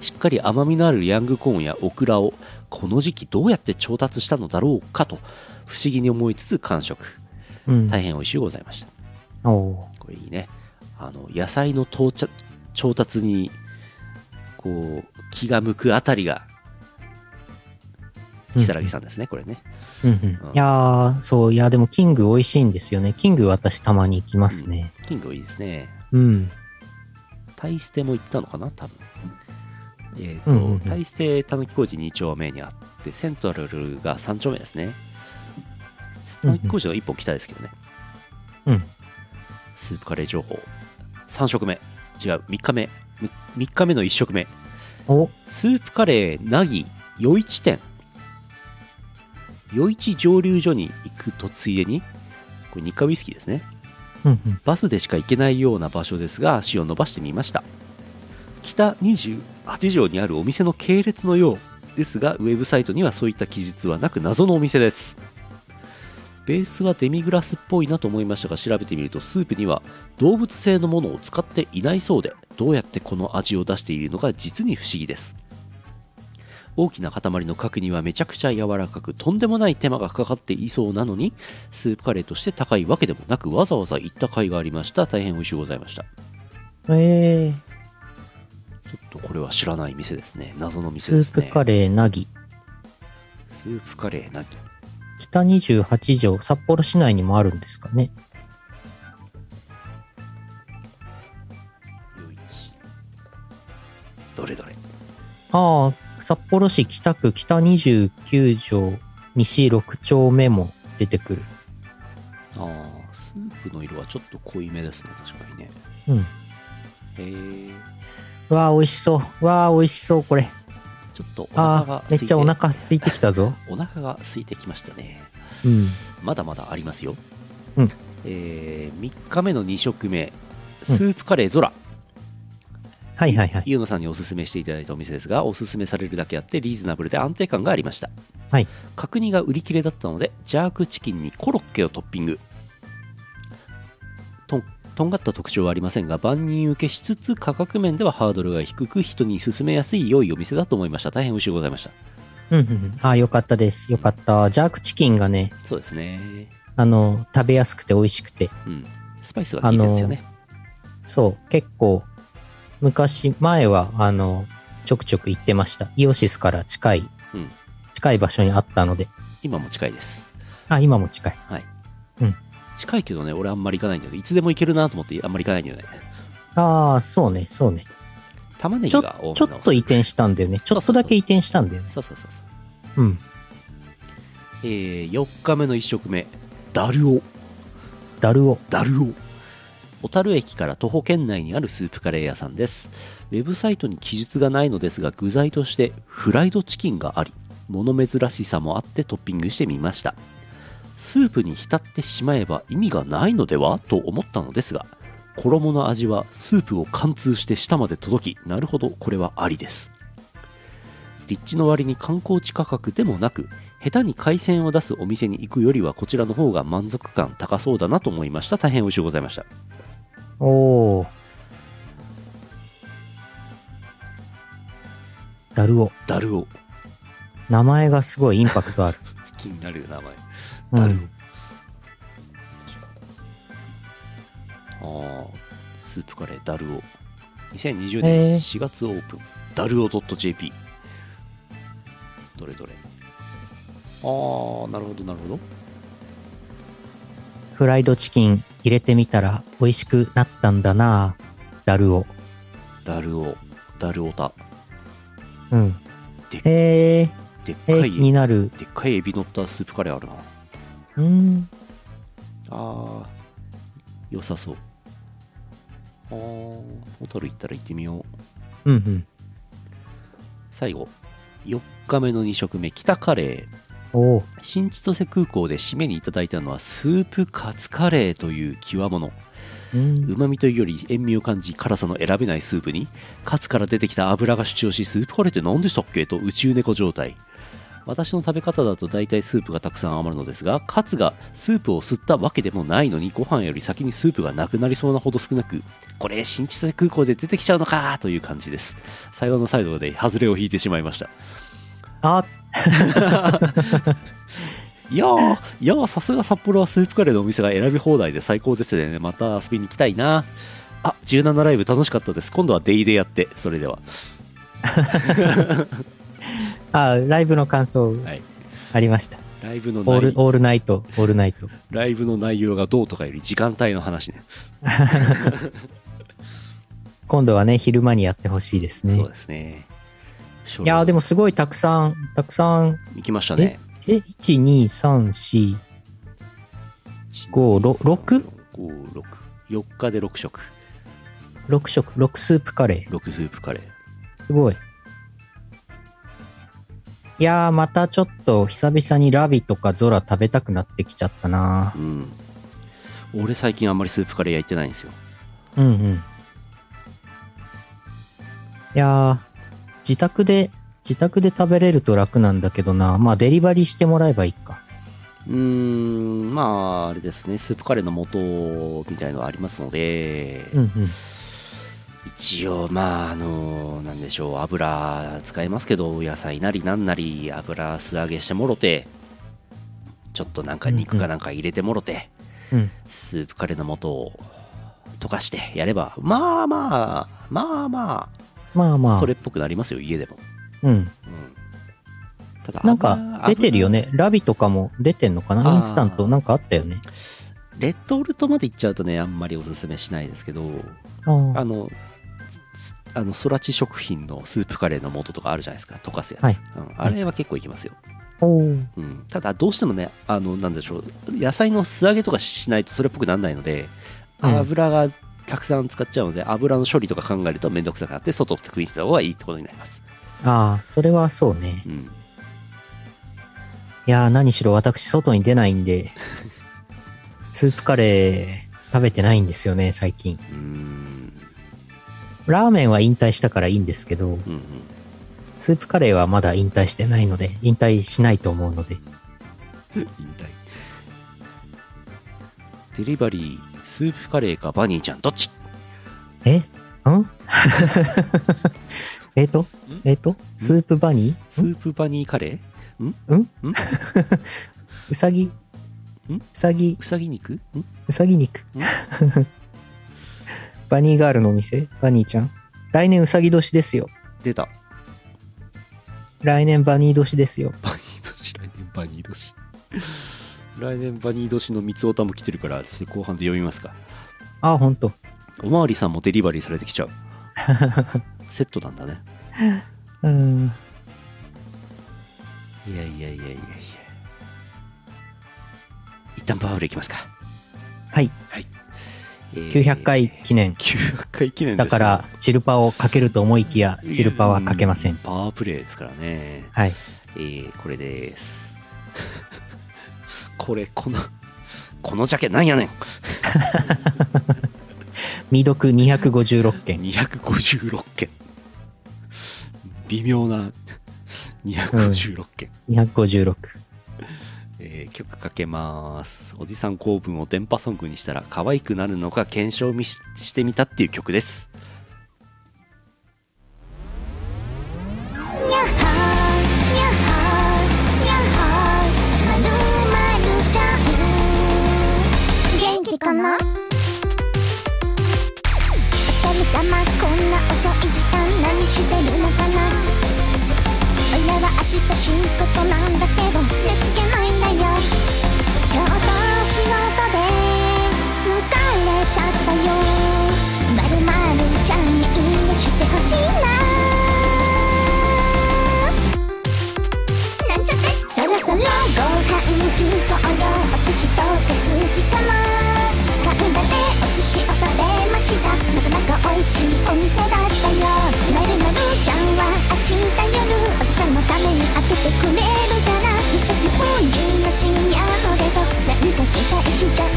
しっかり甘みのあるヤングコーンやオクラをこの時期どうやって調達したのだろうかと不思議に思いつつ完食うん。大変美味しゅうございましたおこれいいねあの野菜の到着調達にこう気が向くあたりがうん木更木さんですね、これね、うんうん。いやー、そう、いや、でも、キング美味しいんですよね。キング私たまに行きますね。キングいいですねうん。タイステも行ったのかな多分えっ、と、うんうんうんタイステたぬき工事2丁目にあってセントラルが3丁目ですねうんたぬき工事の1本北ですけどねうん。スープカレー情報3食目違う3日目3日目の1食目お、スープカレーなぎ余市店余市蒸留所に行くとついでにこれ日課ウイスキーですねうんうん。バスでしか行けないような場所ですが足を伸ばしてみました北28条にあるお店の系列のようですがウェブサイトにはそういった記述はなく謎のお店ですベースはデミグラスっぽいなと思いましたが調べてみるとスープには動物性のものを使っていないそうでどうやってこの味を出しているのか実に不思議です大きな塊の角煮はめちゃくちゃ柔らかくとんでもない手間がかかっていそうなのにスープカレーとして高いわけでもなくわざわざ行った甲斐がありました大変美味しゅうございましたえー、ちょっとこれは知らない店ですね謎の店スでーすねプカレーなぎ。スープカレーなき北28条、札幌市内にもあるんですかね。よいしどれどれああ、札幌市北区北29条、西6丁目も出てくる。あースープの色はちょっと濃いめですね確かにねうん。へえうわあ、美味しそう。うわあ、美味しそう、これ。ちょっとお腹あがあ、空めいってちゃお腹空いてきたぞ。お腹が空いてきましたねうん。まだまだありますよ、うんえ3日目の2食目スープカレー空、はいはいはい。ゆうのさんにおすすめしていただいたお店ですがおすすめされるだけあってリーズナブルで安定感がありました、はい角煮が売り切れだったのでジャークチキンにコロッケをトッピングとんとんがった特徴はありませんが万人受けしつつ価格面ではハードルが低く人に勧めやすい良いお店だと思いました大変美味しゅうございましたうんうんうん。ああ、よかったです。よかった。ジャークチキンがね、そうですねあの、食べやすくて美味しくて。うんスパイスは効いてるんですよね、そう、結構、昔、前は、あの、ちょくちょく行ってました。イオシスから近い、うん近い場所にあったので。今も近いですあ、今も近い。近いけどね俺あんまり行かないんだよねいつでも行けるなと思ってあんまり行かないんだよねああ、そうね、そうね。玉ねぎちょが多めのちょっと移転したんだよね。ちょっとだけ移転したんだよね。そうそうそうそううん。えー、4日目の1食目ダルオダルオ。ダルオ小樽駅から徒歩圏内にあるスープカレー屋さんですウェブサイトに記述がないのですが具材としてフライドチキンがあり物珍しさもあってトッピングしてみましたスープに浸ってしまえば意味がないのではと思ったのですが衣の味はスープを貫通して下まで届きなるほどこれはありです立地の割に観光地価格でもなく下手に海鮮を出すお店に行くよりはこちらの方が満足感高そうだなと思いました大変美味しゅうございましたおー。ダルオ。ダルオ名前がすごいインパクトある。気になる名前う ダルん、オ、あースープカレーダルオ2020年へー4月オープン、ダルオ .jp どれどれああなるほどなるほどフライドチキン入れてみたら美味しくなったんだなダルオ。ダルオダルオタうん。でへえー、でっかえーい、気になる。でっかいエビ乗ったスープカレーあるなうん。ああ良さそうああ小樽行ったら行ってみよううんうん。最後4日目の2食目北カレーおお。新千歳空港で締めにいただいたのはスープカツカレーという極物うんうまみというより塩味を感じ辛さの選べないスープにカツから出てきた油が主張しスープカレーって何でしたっけと宇宙猫状態私の食べ方だと大体スープがたくさん余るのですがカツがスープを吸ったわけでもないのにご飯より先にスープがなくなりそうなほど少なくこれ新千歳空港で出てきちゃうのかという感じです最後の最後でハズレを引いてしまいましたあ、いやー、いやーさすが札幌はスープカレーのお店が選び放題で最高ですね。また遊びに行きたいな。あ、17ライブ楽しかったです。今度はデイでやって、それでは。あ、ライブの感想はい。ありました。ライブのオー内ル、オールナイト、オールナイト。ライブの内容がどうとかより時間帯の話ね。今度はね、昼間にやってほしいですね。そうですね。いやーでも。もすごいたくさん、たくさん、行きましたね。え、1、2、3、4、5 6 5、6。4日で6食。 6食、6スープカレ6スープカレー。ー。すごい。いやーまたちょっと久々にラビとかゾラ食べたくなってきちゃったなうん。俺最近あんまりスープカレー焼いてないんですよ。うんうん。いやー、自宅で、自宅で食べれると楽なんだけどな。まあ、デリバリーしてもらえばいいか。うーん、まあ、あれですね、スープカレーの素みたいのはありますので、うんうん。一応まああのなんでしょう油使いますけど野菜なりなんなり油素揚げしてもろてちょっとなんか肉かなんか入れてもろて、うんスープカレーの素を溶かしてやればまあまあまあままああまあそれっぽくなりますよ家でも、うんうんただなんか油出てるよねラビとかも出てんのかあなーインスタントなんかあったよねレッドオルトまで行っちゃうとねあんまりおすすめしないですけどあーあの、あの、ソラチ食品のスープカレーの素とかあるじゃないですか、溶かすやつ。はいうん、あれは結構いきますよ。おーうん、ただ、どうしてもね、あの、なんでしょう、野菜の素揚げとかしないとそれっぽくならないので、うん油がたくさん使っちゃうので、油の処理とか考えるとめんどくさくなって、外を食いに行った方がいいってことになります。あーそれはそうねうん。いやー何しろ私外に出ないん でスープカレー食べてないんですよね最近うーん。ラーメンは引退したからいいんですけどうんうん。スープカレーはまだ引退してないので引退しないと思うので引退。デリバリー、スープカレーかバニーちゃん、どっちえん えっとえっとスープバニスーんープバニーカレーんうさぎうさぎうさぎ肉んうさぎ肉 バニーガールのお店バニーちゃん来年うさぎ年ですよ出た。来年バニー年ですよバニー年、来年バニー年。来年バニー年の三つおたも来てるから、ちょっと後半で読みますか。あほんとおまわりさんもデリバリーされて きちゃう。セットなんだね。うーんいやいやいやいやいや。一旦パワフルいきますか。はいはい。えー900回。記念900回記念でだすねから、チルパをかけると思いきやチルパはかけませうんパワープレイですからね。はいえー、これです。 これ、この、このジャケなんやねん未読256件256件微妙な256件、 256えー曲かけますおじさん構文を電波ソングにしたら可愛くなるのか検証みししてみたっていう曲ですにゃはーにゃはーにゃはーまるまるちゃん元気かなお疲れ様こんな遅い時間何してるのかなおいらは明日仕事なんだけど寝つけないんだよちょうど仕事で疲れちゃったよまるまるちゃんに癒してほしいななんちゃってそろそろご飯行こうよお寿司と手つきかな神田でお寿司を食べましたなかなか美味しいお店だったよまるまるちゃんは明日夜おじさんのために開けてくれるから久しぶりの深夜ほれどなんか期待しちゃうね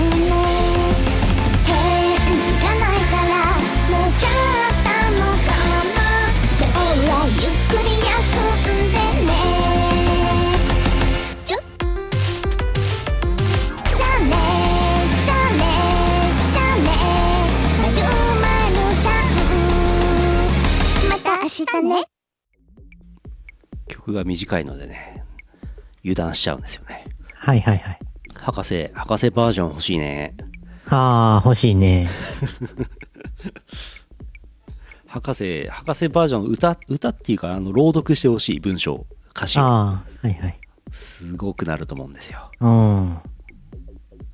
返事がないからもうちゃったのかな今日はゆっくり休んでねちょじゃあねじゃあねじゃあねまるまるちゃんまた明日ね曲が短いのでね油断しちゃうんですよねはいはいはい博士博士バージョン欲しいねああ欲しいね博士博士バージョン歌歌っていうかあの朗読してほしい文章歌詞をああはいはいすごくなると思うんですようん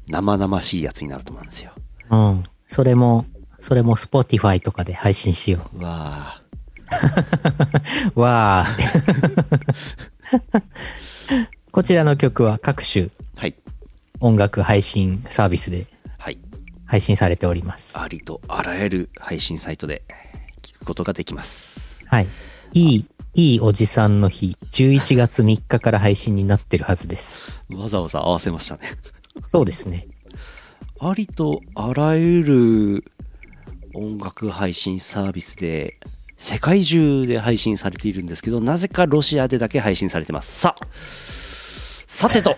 生々しいやつになると思うんですようん。それも、それも Spotify とかで配信しようわあう。わーって。 こちらの曲は各種はい音楽配信サービスではい配信されております。ありとあらゆる配信サイトで聞くことができます。はい。いい、いいおじさんの日、11月3日から配信になってるはずです。わざわざ合わせましたね。そうですね。ありとあらゆる音楽配信サービスで世界中で配信されているんですけど、なぜかロシアでだけ配信されてます。さあ、さてと、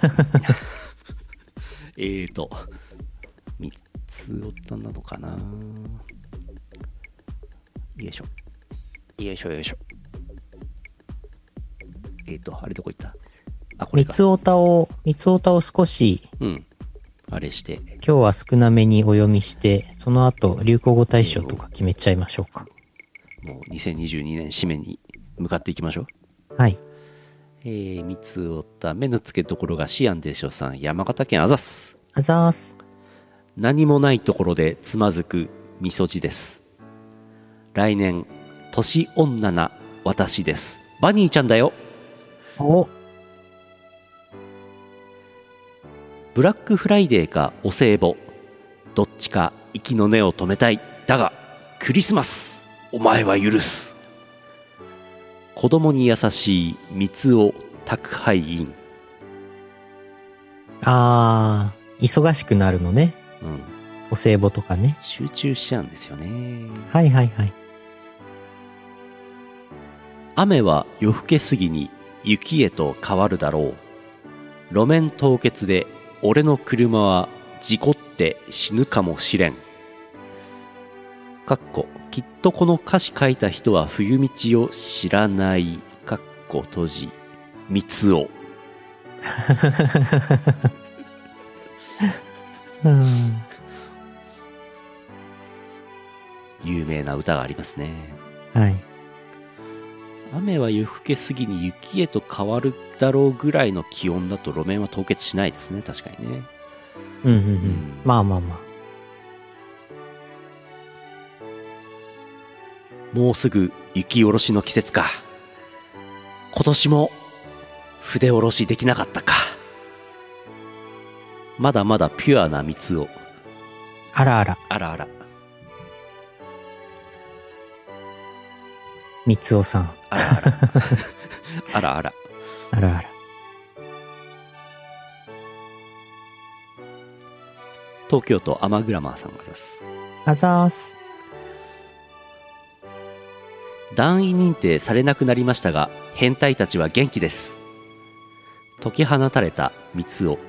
えーと、3つおったなのかなよいしょ。よいしょよいしょ。えっ、と、あれどこ行ったあ、これ三か。つおたを、三つおたを少し、うん。あれして。今日は少なめにお読みして、その後、流行語大賞とか決めちゃいましょうか。もう2022年締めに向かっていきましょう。はい。えー、三つおた、目の付けどころがシアンでしょさん、山形県あざっす。あざーす。何もないところでつまずくみそじです。来年、年女な私です。バニーちゃんだよ。お、ブラックフライデーかお歳暮どっちか息の根を止めたいだがクリスマスお前は許す子供に優しい三つ男宅配員、あー、忙しくなるのね。うん、お歳暮とかね。集中しちゃうんですよねはいはいはい。雨は夜更け過ぎに雪へと変わるだろう路面凍結で俺の車は事故って死ぬかもしれんかっこきっとこの歌詞書いた人は冬道を知らないかっこ閉じ三つをうん。有名な歌がありますねはい。雨は夜更け過ぎに雪へと変わるだろうぐらいの気温だと路面は凍結しないですね確かにねうんうんううんん。まあまあまあ。もうすぐ雪下ろしの季節か。今年も筆下ろしできなかったか。まだまだピュアな蜜を、あらあら、あらあら。三つおさん。 あらあら。あらあら。東京都アマグラマーさんが指す。あざーす。団員認定されなくなりましたが、変態たちは元気です。解き放たれた蜜を。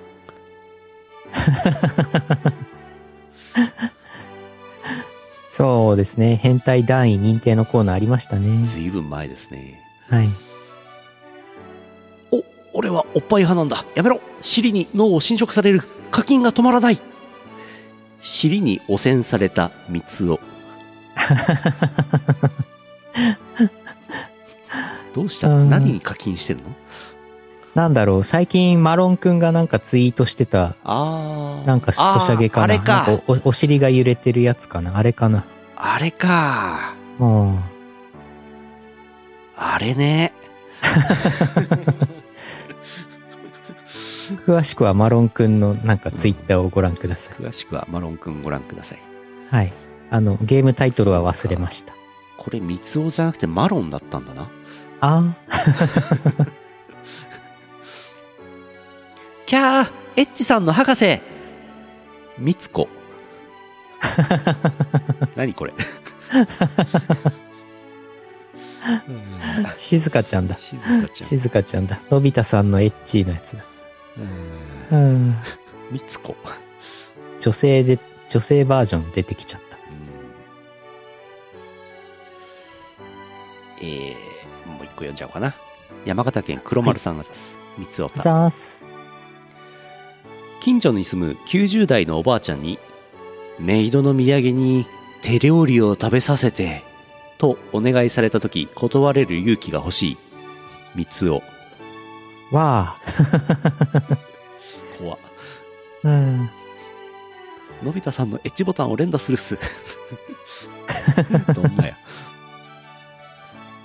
そうですね。変態団員認定のコーナーありましたね。ずいぶん前ですね。はい。お、俺はおっぱい派なんだ。やめろ。尻に脳を侵食される。課金が止まらない。尻に汚染された三つ を。どうしたうん何に課金してるのなんだろう、最近マロンくんがなんかツイートしてた、ああ。なんかソシャゲかな。あーあれかなんおお尻が揺れてるやつかな。あれかな。あれか。うん。あれね。詳しくはマロンくんのなんかツイッターをご覧ください。詳しくはマロンくんご覧ください。はい。あの、ゲームタイトルは忘れました。これ三つじゃなくてマロンだったんだな。ああ、キャーエッチさんの博士みつ こ何これうん静香ちゃんだ。静かちゃん静香ちゃんだ。のび太さんのエッチーのやつだ。うんうん。みつこ女性で、女性バージョン出てきちゃった。えー、もう一個読んじゃおうかな山形県黒丸さんが指す、みつおあたざーす。近所に住む90代のおばあちゃんにメイドの土産に手料理を食べさせてとお願いされた時断れる勇気が欲しい三つをわ怖あ。うん。のび太さんのエッジボタンを連打するっす どんなや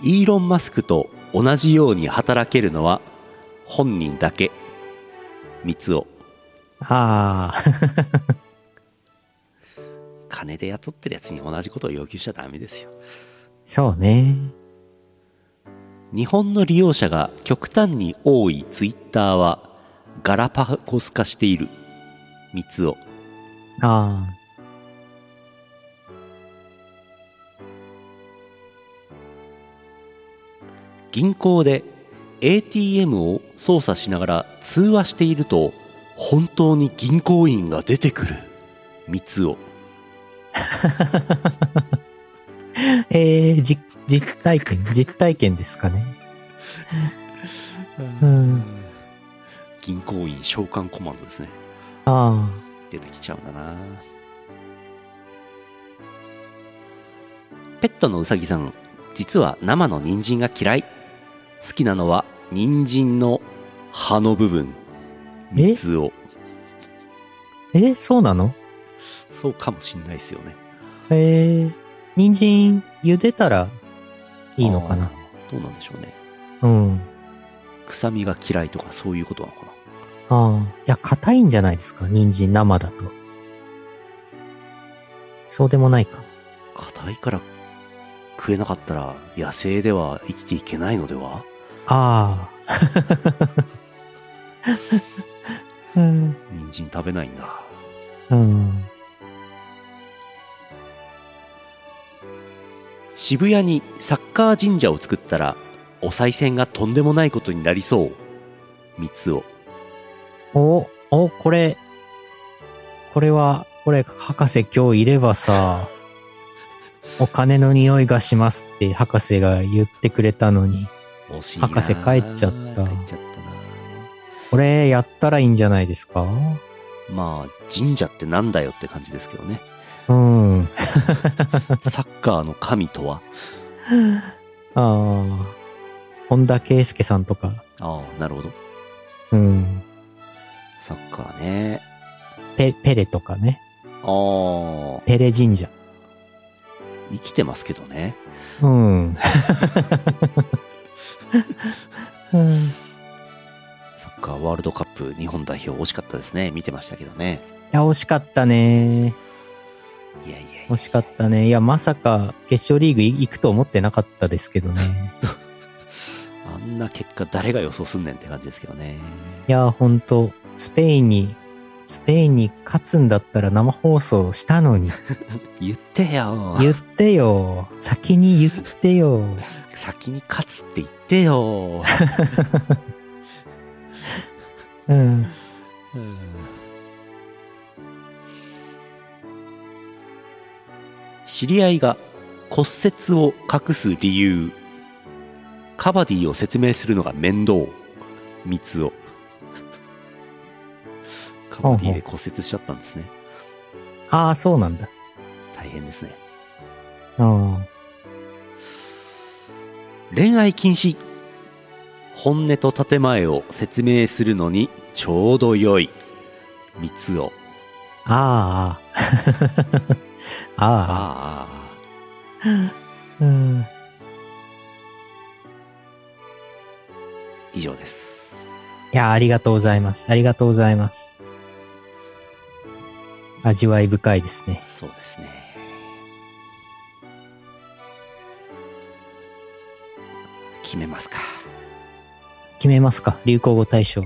イーロン・マスクと同じように働けるのは本人だけ三つをああ。金で雇ってるやつに同じことを要求しちゃダメですよそうね。日本の利用者が極端に多いツイッターはガラパゴス化している三つをああ。銀行で ATM を操作しながら通話していると本当に銀行員が出てくる三つをえー、じ実体験、実体験ですかね。うん。銀行員召喚コマンドですね。あ出てきちゃうんだなペットのうさぎさん実は生の人参が嫌い好きなのは人参の葉の部分え蜜をあ。え、そうなのそうかもしんないですよねえー、人参茹でたらいいのかな。あーどうなんでしょうねうん。臭みが嫌いとかそういうことなのかなああ。いや、硬いんじゃないですか。人参生だと。そうでもないか。硬いから食えなかったら野生では生きていけないのではああ。 うん。人参食べないんだうん。渋谷にサッカー神社を作ったらお賽銭がとんでもないことになりそう三つをお、お、これ、これは、これ、博士今日いればさ、お金の匂いがしますって博士が言ってくれたのに、惜しいな博士帰っちゃった帰っちゃったなこれやったらいいんじゃないですかまあ神社ってなんだよって感じですけど ねうん。あサッカーの神とはあ。本田圭佑さんとか、ああなるほどうん。サッカーねペペレとかね。ああペレ神社。生きてますけどねうん。うんサッカーワールドカップ日本代表惜しかったですね見てましたけどねいや、惜しかったね。いやいやいや惜しかったね。いや、まさか決勝リーグい行くと思ってなかったですけどね。あんな結果誰が予想すんねんって感じですけどねいや、ほんと、スペインに、スペインに勝つんだったら生放送したのに。言ってよ言ってよ。先に言ってよ。先に勝つって言ってようん。うん知り合いが骨折を隠す理由カバディを説明するのが面倒三つをカバディで骨折しちゃったんですねああ、そうなんだ。大変ですねうん。恋愛禁止本音と建前を説明するのにちょうど良い三つをああ。 ああ。ああうん。以上ですいや、ありがとうございます。ありがとうございます。味わい深いですね。そうですね。決めますか。決めますか流行語大賞。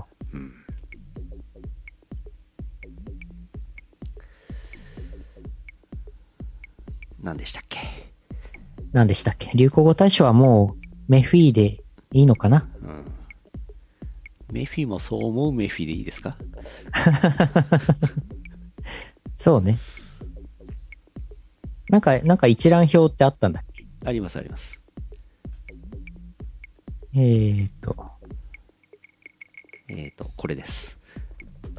何でしたっけ何でしたっけ流行語大賞はもう、メフィーでいいのかなうん。メフィもそう思うメフィでいいですかそうね。なんか、なんか一覧表ってあったんだっけありますあります。えーっと、えっ、ー、と、これです。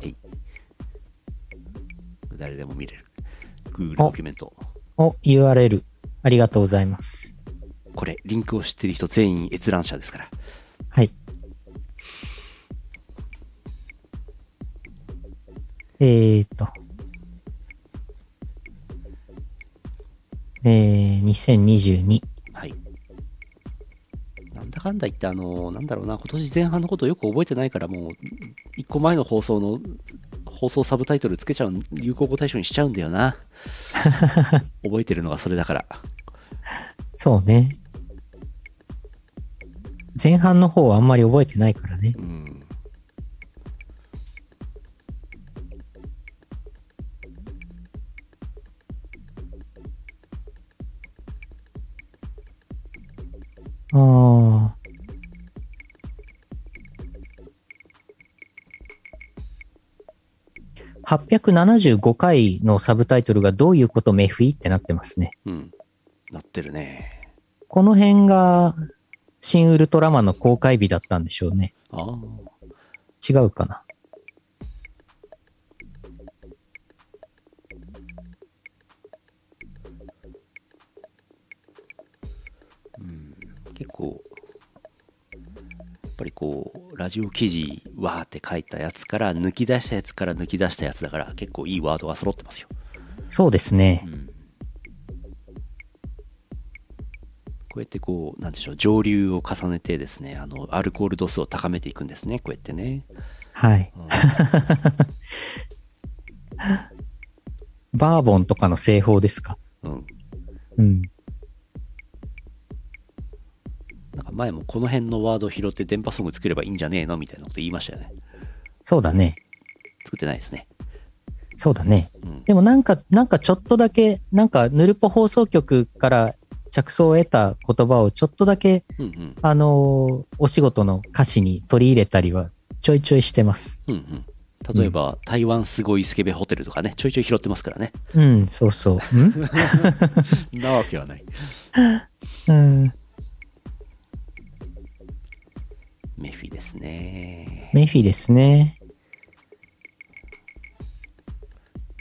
はい。誰でも見れる。Google ドキュメント。お、URL、ありがとうございます。これ、リンクを知ってる人全員閲覧者ですから。はい。えーっと、えー、2022。はい。なんだかんだ言って、あの、なんだろうな、今年前半のことよく覚えてないから、もう、一個前の放送の、放送サブタイトルつけちゃう、流行語大賞にしちゃうんだよ な。覚えてるのがそれだから。そうね。前半の方はあんまり覚えてないからね。うん。ああ。875回のサブタイトルがどういうことメフィってなってますね。うん。なってるね。この辺が、新ウルトラマンの公開日だったんでしょうね。ああ。違うかな。うん結構やっぱりこうラジオ記事わーって書いたやつから抜き出したやつから抜き出したやつだから結構いいワードが揃ってますよ、そうですねう。んこうやってこうなんでしょう上流を重ねてですねあのアルコール度数を高めていくんですねこうやってね、はい。うんバーボンとかの製法ですか。うん、うん。なんか前もこの辺のワード拾って電波ソング作ればいいんじゃねえのみたいなこと言いましたよねそうだね。作ってないですね、そうだね。うん、でもなんか、なんかちょっとだけ、なんかヌルポ放送局から着想を得た言葉をちょっとだけ、うんうんあのーお仕事の歌詞に取り入れたりはちょいちょいしてます。うんうん例えば、台湾すごいスケベホテルとかねちょいちょい拾ってますからねうん、そうそう。んなわけはない。うん、メフィですね。メフィですね。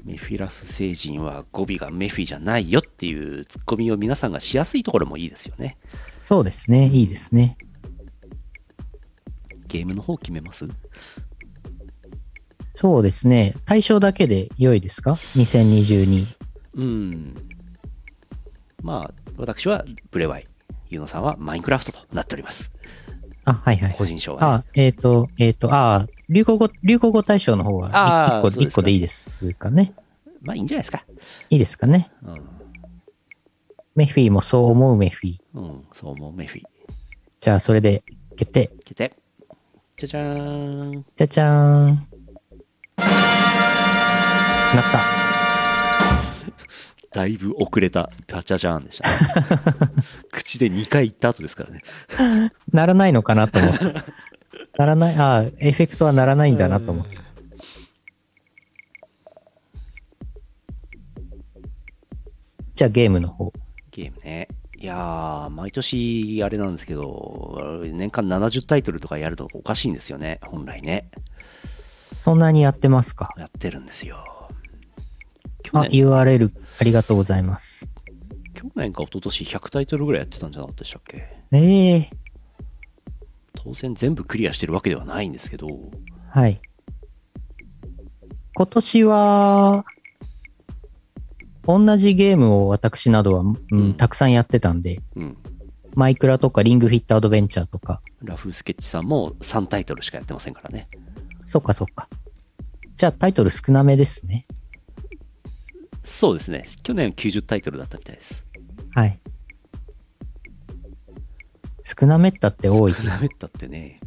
メフィラス星人は語尾がメフィじゃないよっていうツッコミを皆さんがしやすいところもいいですよね。そうですね。いいですね。ゲームの方決めますそうですね。対象だけで良いですか ?2022。うん。まあ、私はブレワイ。ユノさんはマインクラフトとなっております。あ、はいはい。個人賞は、ね。あ、えっ、と、えっ、と、ああ、流行語、流行語大賞の方はあ1ー個そうですか一個でいいですかね。まあいいんじゃないですか。いいですかね。うん。メフィもそう思うメフィ。うん、そう思うメフィ。じゃあ、それで決定。決定。じゃじゃーん。じゃじゃーん。なった。だいぶ遅れた。ガチャジャーン でした、ね。口で2回言った後ですからね。ならないのかなと思 った。ならない、ああ、エフェクトはならないんだなと思った。じゃあ、ゲームの方。ゲームね。いやー、毎年あれなんですけど、年間70タイトルとかやるとおかしいんですよね、本来ね。そんなにやってますかやってるんですよ。去あ、年 URL ありがとうございます。去年か一昨年100タイトルぐらいやってたんじゃなかったでしたっけええ当然全部クリアしてるわけではないんですけど、うはい。今年は、同じゲームを私などは、うんうんたくさんやってたんで、ん。マイクラとかリングフィットアドベンチャーとか、ラフスケッチさんも3タイトルしかやってませんからね。そっかそっか。じゃあタイトル少なめですね。そうですね。去年90タイトルだったみたいです。はい。少なめったって多い。比べたってね。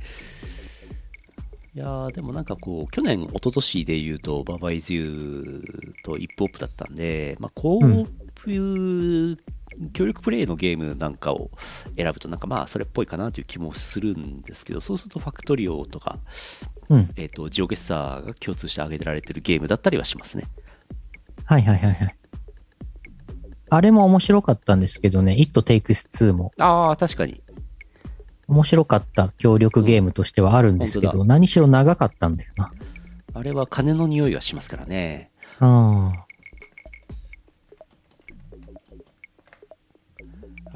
いやーでもなんかこう、去年、一昨年で言うと、ババイズユーとイップオップだったんで、まあ、こういう協力プレイのゲームなんかを選ぶと、なんかまあ、それっぽいかなという気もするんですけど、そうすると、ファクトリオとか、うん。えっとジオゲッサーが共通して挙げられてるゲームだったりはしますね。はいはいはいはい。あれも面白かったんですけどね、It Takes Two も。ああ、確かに。面白かった協力ゲームとしてはあるんですけうん本ど、何しろ長かったんだよな。あれは金の匂いがしますからね。うん。あ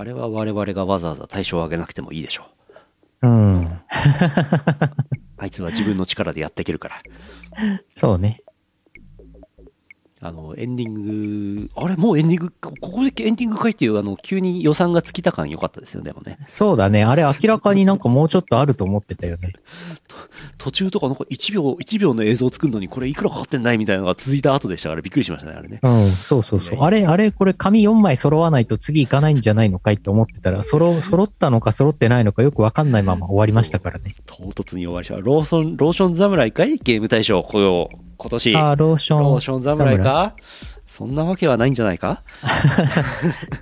れは我々がわざわざ対象を挙げなくてもいいでしょう。うん。あいつは自分の力でやっていけるから。そうね。あの、エンディング、あれ、もうエンディング、こここでエンディングかいっていう、あの、急に予算が尽きた感良かったですよね、でもね。そうだね。あれ明らかになんかもうちょっとあると思ってたよね。途中とか、なんか1秒、1秒の映像を作るのに、これいくらかかってんないみたいなのが続いた後でしたから、びっくりしましたね、あれね。うん。そうそうそう。あれ、あれ、これ紙4枚揃わないと次行かないんじゃないのかいって思ってたら、揃、揃ったのか揃ってないのかよくわかんないまま終わりましたからね。唐突に終わりました。ローソン、ローション侍かいゲーム大賞、こよ、今年。あー、ローション。ローション侍かそんなわけはないんじゃないか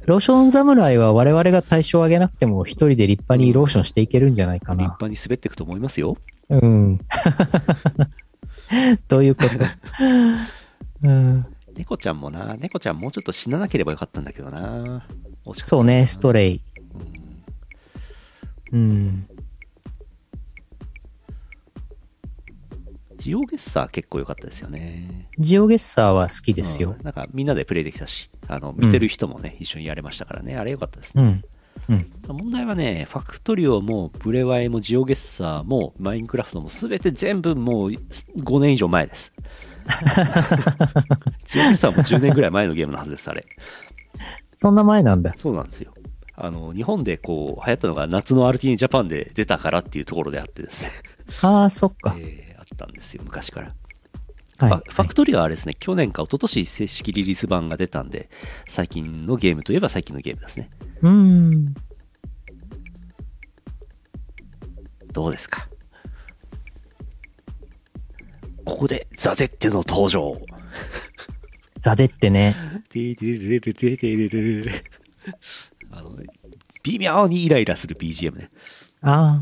ローション侍は我々が対象を上げなくても一人で立派にローションしていけるんじゃないか立な。派に滑っていくと思いますよ。うん。 どういうことうん。猫ちゃんもな、猫ちゃんもうちょっと死ななければよかったんだけどな。惜しかったそうね、ストレイ。うん。ジオゲッサー結構良かったですよね。ジオゲッサーは好きですよう。んなんかみんなでプレイできたし、あの見てる人もね、一緒にやれましたからね、あれ良かったですね。うん。うん。問題はね、ファクトリオも、ブレワイも、ジオゲッサーも、マインクラフトも、すべて全部もう5年以上 前です。ジオゲッサーも10年ぐらい前のゲームのはずです、あれ。そんな前なんだ。そうなんですよ。あの日本でこう流行ったのが夏の RTA ジャパンで出たからっていうところであってですね、ああ、そっか。えーあったんですよ、昔から。はい。ファファクトリーはあれですね、去年か一昨年正式リリース版が出たんで、最近のゲームといえば最近のゲームですね。うーん。どうですかここでザ・デッテの登場。ザデってね。ティリリリリリリリリリあの、ね、微妙にイライラする BGM ね。あ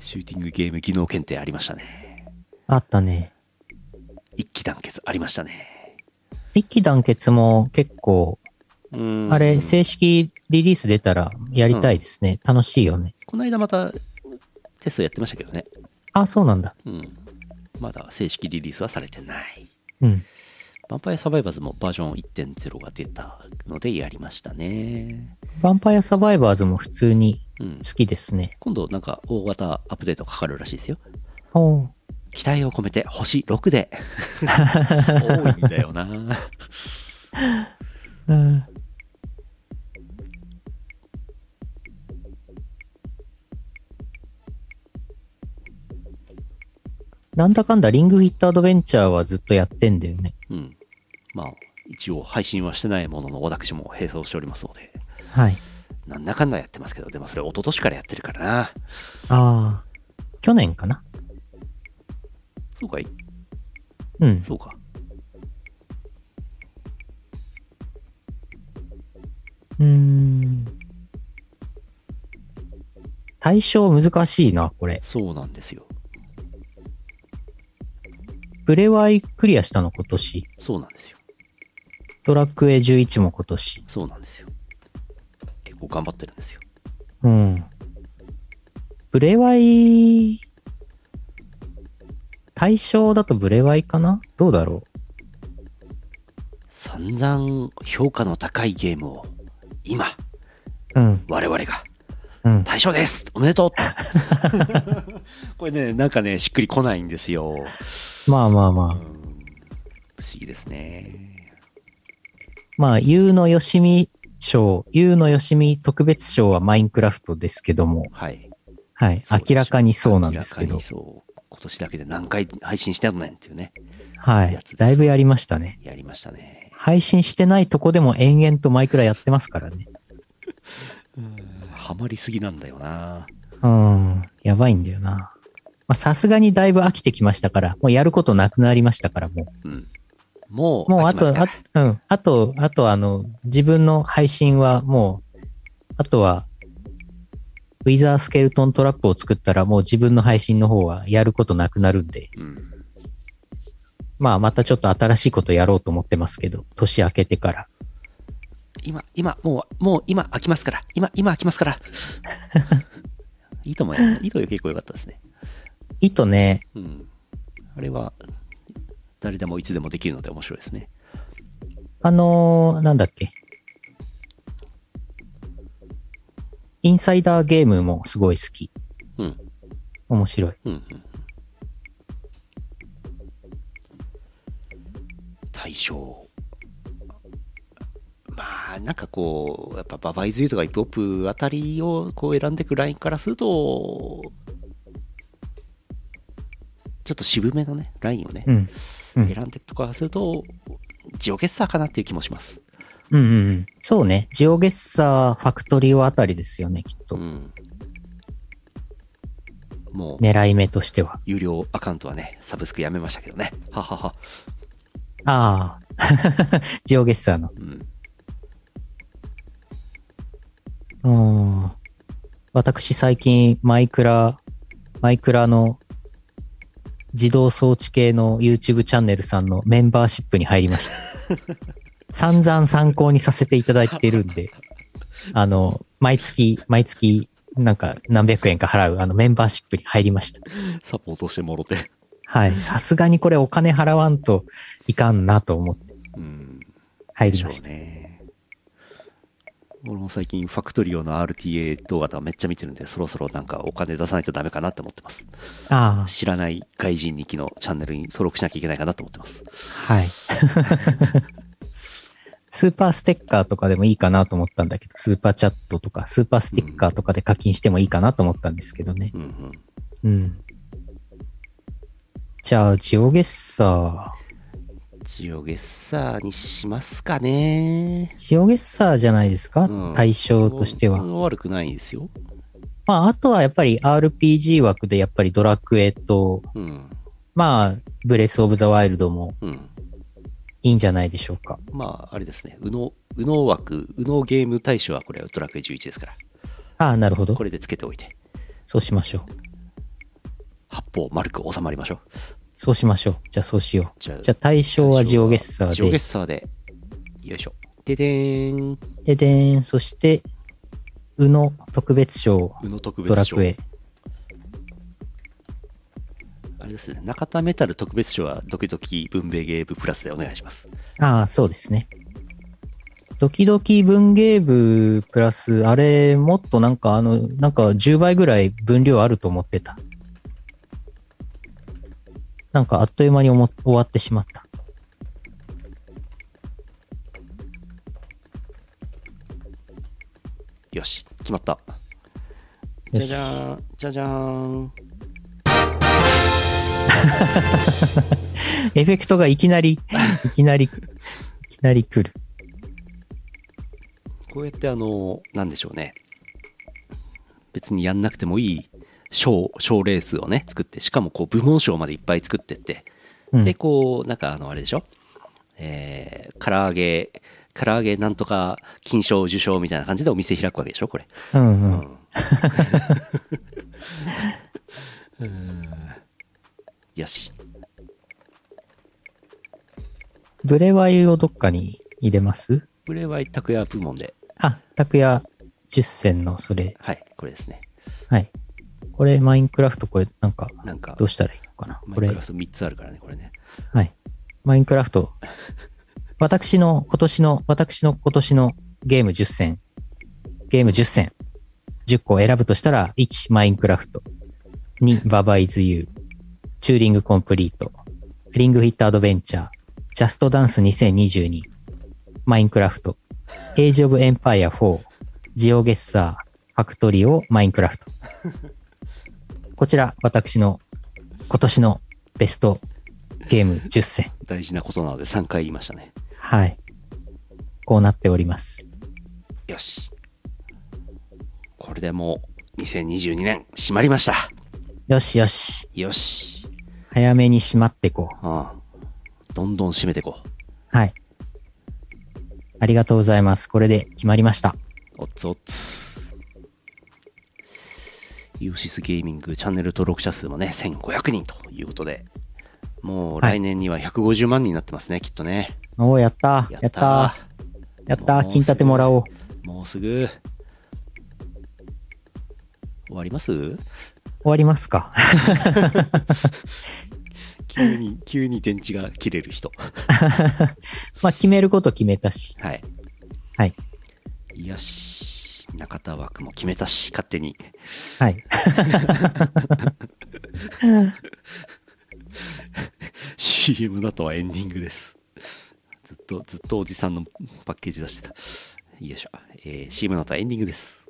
シューティングゲーム技能検定ありましたね。あ、あったね。一気団結ありましたね。一気団結も結構、うーんあれ、正式リリース出たらやりたいですね。楽しいよね。この間またテストやってましたけどね。あ、そうなんだ。うん。まだ正式リリースはされてない。うん。ヴァンパイアサバイバーズもバージョン1.0が出たのでやりましたね。ヴァンパイアサバイバーズも普通にうん好。きですね。今度なんか大型アップデートかかるらしいですよ。おう期待を込めて星6で。多いんだよな。うん。なんだかんだリングフィットアドベンチャーはずっとやってんだよね。うん。まあ、一応配信はしてないものの私も並走しておりますので、はい。なんだかんだやってますけど、でもそれ一昨年からやってるからな。ああ。去年かなそうかいうん。そうか。うーん。対象難しいな、これ。そうなんですよ。プレワイクリアしたの今年。そうなんですよ。ドラクエ11も今年。そうなんですよ。結構頑張ってるんですよ。うん。ブレワイ、対象だとブレワイかなどうだろ散々評価の高いゲームを今ううん、我々がうん。大賞ですおめでとう これねなんかねしっくりこないんですよまあまあまあ。不思議ですねまあ、ゆうのよしみ賞、ゆうのよしみ特別賞はマインクラフトですけども、はいはい。そうでしょ明らかにそうなんですけ明らかどに、そう今年だけで何回配信したのねんっていうねはやいつです。だいぶやりましたね。やりましたね配信してないとこでも延々とマイクラやってますからね。ハマりすぎなんだよなうん。やばいんだよな。まあ、さすがにだいぶ飽きてきましたから、もうやることなくなりましたから、もう。うんもうもうあ飽きまとす、かあ、うん。あと、あとあの、自分の配信はもう、あとは、ウィザースケルトントラップを作ったらもう自分の配信の方はやることなくなるんで、うん、まあまたちょっと新しいことやろうと思ってますけど、年明けてから。今今もうもう今飽きますから今今飽きます からいいと思いますいいと結構良かったですね糸ね、うん、あれは誰でもいつでもできるので面白いですね。あのーなんだっけ。インサイダーゲームもすごい好き。うん、面白い。うん、うん。対象。まあ、なんかこう、やっぱババイズユーとかイップホップあたりをこう選んでいくラインからすると、ちょっと渋めのね、ラインをね、うん。うん選んでいくとかすると、ジオゲッサーかなっていう気もします。うんうんうん。そうね。ジオゲッサー、ファクトリオあたりですよね、きっと。うん、もう、狙い目としては。有料アカウントはね、サブスクやめましたけどね。ははは。ああ。ジオゲッサー の。うん。うーん。私最近、マイクラ、マイクラの自動装置系の YouTube チャンネルさんのメンバーシップに入りました。散々参考にさせていただいてるんで、あの、毎月、毎月、なんか何百円か払うあのメンバーシップに入りました。サポートしてもろて。はい。さすがにこれお金払わんといかんなと思ってうん。入でりしょましうた。ね。俺も最近ファクトリオの RTA 動画とかめっちゃ見てるんで、そろそろなんかお金出さないとダメかなって思ってます。あ知らない外人日記のチャンネルに登録しなきゃいけないかなと思ってます。あ、 はい。スーパーステッカーとかでもいいかなと思ったんだけど、スーパーチャットとか、スーパーステッカーとかで課金してもいいかなと思ったんですけどね。うんうん。うん。じゃあ、ジオゲッサジオゲッサーにしますかねー。。ジオゲッサーじゃないですか、うん対象としては。悪くないですよ。まあ、あとはやっぱり RPG 枠でやっぱりドラクエと、うん。まあ、ブレスオブザワイルドもうん。いいんじゃないでしょうか。まあ、あれですね。右脳、右脳枠、右脳ゲーム大賞はこれはドラクエ11ですから。ああ、なるほどこ。れでつけておいて、そうしましょう。八方丸く収まりましょう。そうしましょう。じゃあ、そうしよう。じゃあじゃあ、対象はジオゲッサジオーゲで。ッサーで。よいしょ。ででーん。ででーん。そして、宇野特別賞、宇野特ド別ラ賞。クエ。あれですね。中田メタル特別賞はドキドキ文明ゲームプラスでお願いします。ああ、そうですね。ドキドキ文芸部プラス、あれ、もっとなんか、あの、なんか10倍ぐらい分量あると思ってた。なんかあっという間におも終わってしまった。よし。決まった。よしじゃじゃーん。じゃじゃーん。エフェクトがいきな り、いきなり、いきなり来る。こうやってあの、なんでしょうね。別にやんなくてもいい賞、賞レースをね、作って、しかもこう部門賞までいっぱい作ってって、うんで、こう、なんかあの、あれでしょえー、唐揚げ、唐揚げなんとか金賞受賞みたいな感じでお店開くわけでしょこれ。うんうん。うん よし。ブレワイをどっかに入れますこれは拓也部門で。あ、拓也10選のそれ。はい、これですね。はい。これ、マインクラフト、これ、なんか、なんかど、うしたらいいのかなマこイれンクラ、フト3つあるからね、これね。はい。マインクラフト。私の今年の、私の今年のゲーム10選。ゲーム10選。10個選ぶとしたら、1、マインクラフト。2、ババイズユー。チューリングコンプリート。リングフィットアドベンチャー。ジャストダンス2022。マインクラフト。エイジオブエンパイア4。ジオゲッサー。ファクトリオ、マインクラフト。こちら、私の今年のベストゲーム10選。大事なことなので3回言いましたね。はい。こうなっております。よし。これでもう2022年閉まりました。よしよし。よし。早めに閉まっていこう。うん。どんどん閉めていこはい。ありがとうございます。これで決まりました。う。おっつおっつ。ユーシスゲーミングチャンネル登録者数もね、1500人ということで、もはいう来年には150万人になってますね、きっとね。おー、やったー。やったー。やったー。金立てもらおう。もうすぐ。終わります終わりますか。 急に、急に電池が切れる人。まあ、決めること決めたし。はい。はい。よし。中田枠も決めたし、勝手に。 はい。 CM だとはエンディングです。ずっと、ずっとおじさんのパッケージ出してた。よいしょ。えー、CM だとはエンディングです。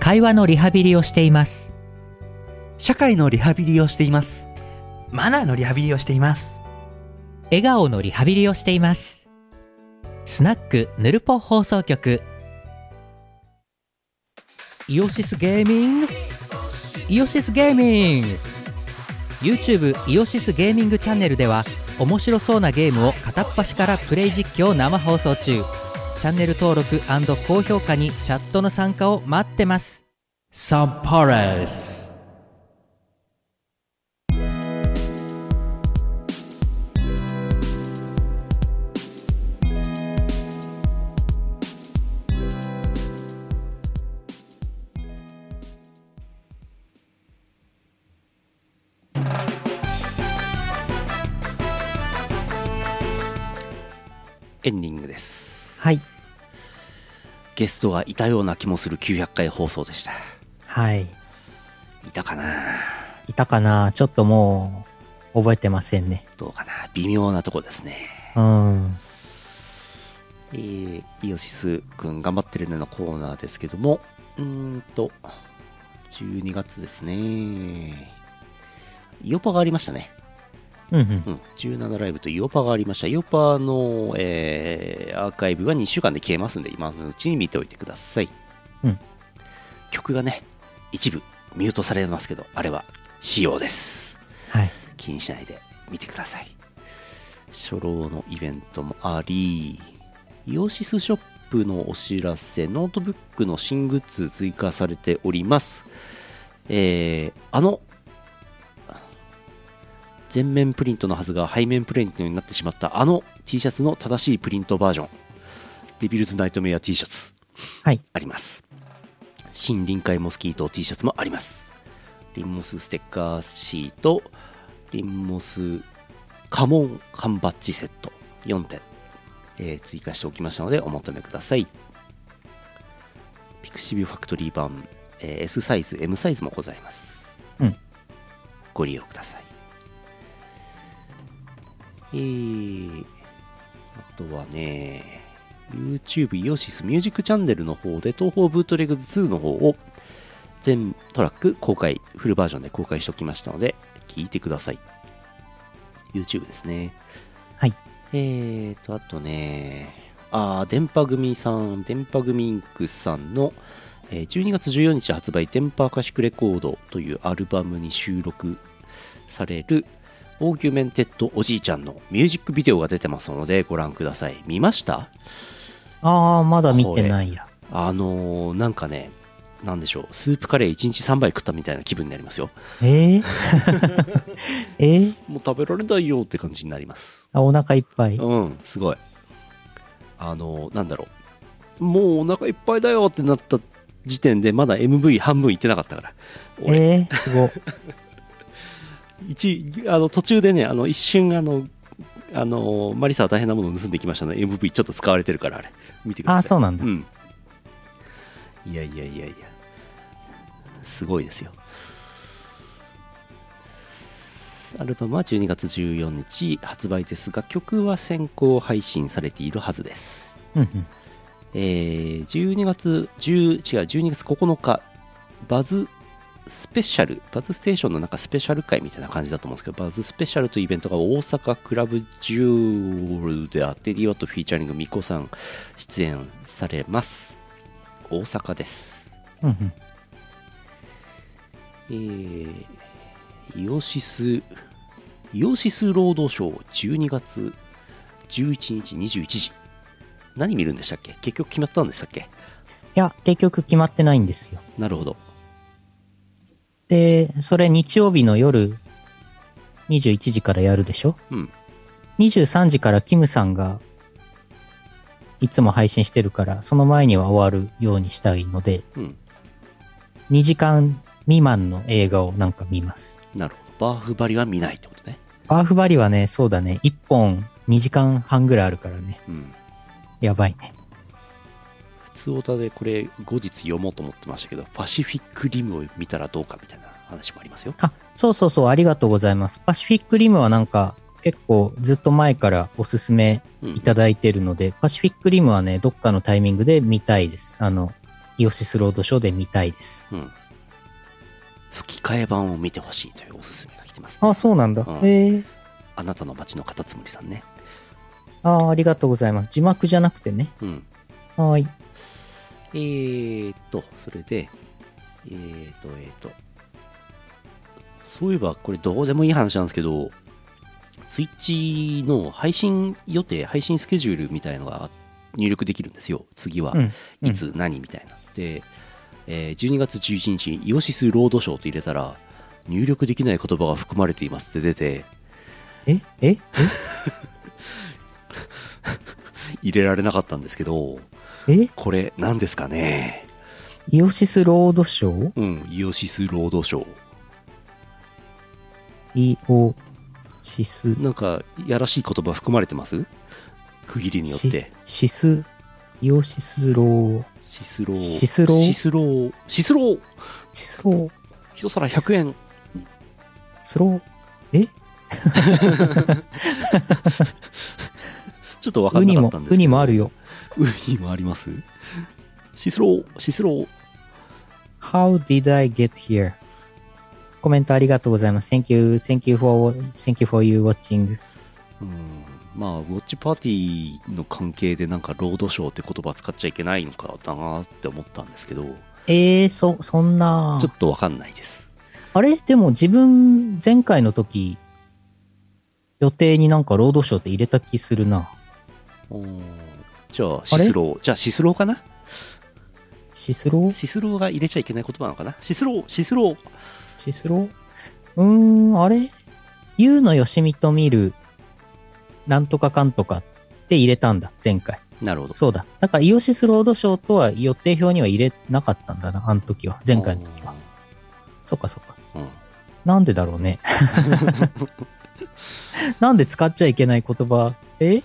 会話のリハビリをしています。社会のリハビリをしています。マナーのリハビリをしています笑顔のリハビリをしています。スナックヌルポ放送局イオシスゲーミングイオシスゲーミング YouTube イオシスゲーミングチャンネルでは面白そうなゲームを片っ端からプレイ実況生放送中チャンネル登録高評価にチャットの参加を待ってますサンパレスエンディングですはいゲストがいたような気もする900回放送でしたはいいたかないたかなちょっともう覚えてませんねどうかな微妙なとこですねうんえー、イオシスくん頑張ってるねのコーナーですけども、うーんと、12月ですね。イオパがありましたね。うんうんうん、17ライブとイオパがありました。イオパの、えーアーカイブは2週間で消えますんで、今のうちに見ておいてください。うん曲がね、一部ミュートされますけど、あれは仕様です。はい気にしないで見てください初老のイベントもありイオシスショップのお知らせノートブックの新グッズ追加されておりますえーあの全面プリントのはずが背面プリントになってしまったあの T シャツの正しいプリントバージョンデビルズナイトメア T シャツはいあります新臨海モスキート T シャツもありますリンモスステッカーシートリンモスカモン缶バッジセット4点、えー追加しておきましたのでお求めくださいピクシビファクトリー版、えー S サイズ M サイズもございます、うんご利用くださいえー、あとはね YouTube イオシスミュージックチャンネルの方で東方ブートレグズ2の方を全トラック公開フルバージョンで公開しておきましたので聞いてください YouTube ですねはいえーとあとねあー電波組さん電波組インクさんのえー12月14日発売「電波歌手レコード」というアルバムに収録されるオーギュメンテッドおじいちゃんのミュージックビデオが出てますのでご覧ください見ましたああまだ見てないやあのーなんかね、なんでしょう、スープカレー1日3杯食ったみたいな気分になりますよ。えー、 えー、もう食べられないよって感じになります。あお腹いっぱいうん、すごい。あのーなんだろう、もうお腹いっぱいだよってなった時点で、まだ MV 半分いってなかったから、え俺、ー、すごい一あの途中でね、あの一瞬、あの、あのーマリサは大変なものを盗んできましたので MV ちょっと使われてるからあれ見てくださあい あそうなんだうん。いやいやいやいや、すごいですよ。アルバムは12月14日発売ですが、曲は先行配信されているはずです。うんうんえー12月10違う12月9日バズスペシャルバズステーションのなんかスペシャル会みたいな感じだと思うんですけどバズスペシャルというイベントが大阪クラブジュールでアテリワットフィーチャリングみこさん出演されます大阪ですうんうんえーイオシスイオシス労働省12月11日21時何見るんでしたっけ結局決まったんでしたっけいや、結局決まってないんですよ。なるほどで、それ日曜日の夜21時からやるでしょうん。 23時からキムさんがいつも配信してるから、その前には終わるようにしたいので、うん2時間未満の映画をなんか見ます。なるほど。バーフバリは見ないってことね。バーフバリはね、そうだね、1本2時間半ぐらいあるからね、うん。やばいね。普通オタでこれ後日読もうと思ってましたけど、パシフィックリムを見たらどうかみたいな話もありますよ。あ、そうそうそう、ありがとうございます。パシフィックリムはなんか結構ずっと前からおすすめうんいただいてるので、パシフィックリムはね、どっかのタイミングで見たいです。あの、イオシスロードショーで見たいです。うん。吹き替え版を見てほしいというおすすめが来てます、ね。あ、そうなんだ。うんへえ。あなたの街のカタツムリさんね。あーありがとうございます。字幕じゃなくてね。うん。はーい。えーっと、それで、えーっと、えーっと、そういえばこれどうでもいい話なんですけど、ツイッチの配信予定、配信スケジュールみたいのが入力できるんですよ次はうんうんいつ何みたいな、で、えー12月11日にイオシスロードショーと入れたら入力できない言葉が含まれていますって出てえええ入れられなかったんですけどえこれ何ですかねイオシスロードショうんイオシスロードシーョイオシスーなんかやらしい言葉含まれてます区切りによってシシスイオシスローシスローシスローシスローシスローシスロー一皿100円スローえちょっと分かウんニなかっもたんですけどウニもあるよウニもありますシスローシスロー How did I get here? コメントありがとうございます Thank you Thank you for Thank you for you watching うんまあウォッチパーティーの関係でなんかロードショーって言葉使っちゃいけないのかだなって思ったんですけどちえー、そそんなょっと分かんないですあれでも自分前回の時予定になんかロードショーって入れた気するなうんじゃあシスローじゃあシスローかなシスローシスローが入れちゃいけない言葉なのかなシスローシスローシスローうーん、あれユウのよしみと見る、なんとかかんとかって入れたんだ、前回。なるほどそうだ。だから、イオシスロードショーとは予定表には入れなかったんだな、あの時は。前回の時は。そっかそっか。うんなんでだろう ね。なんで使っちゃいけない言葉え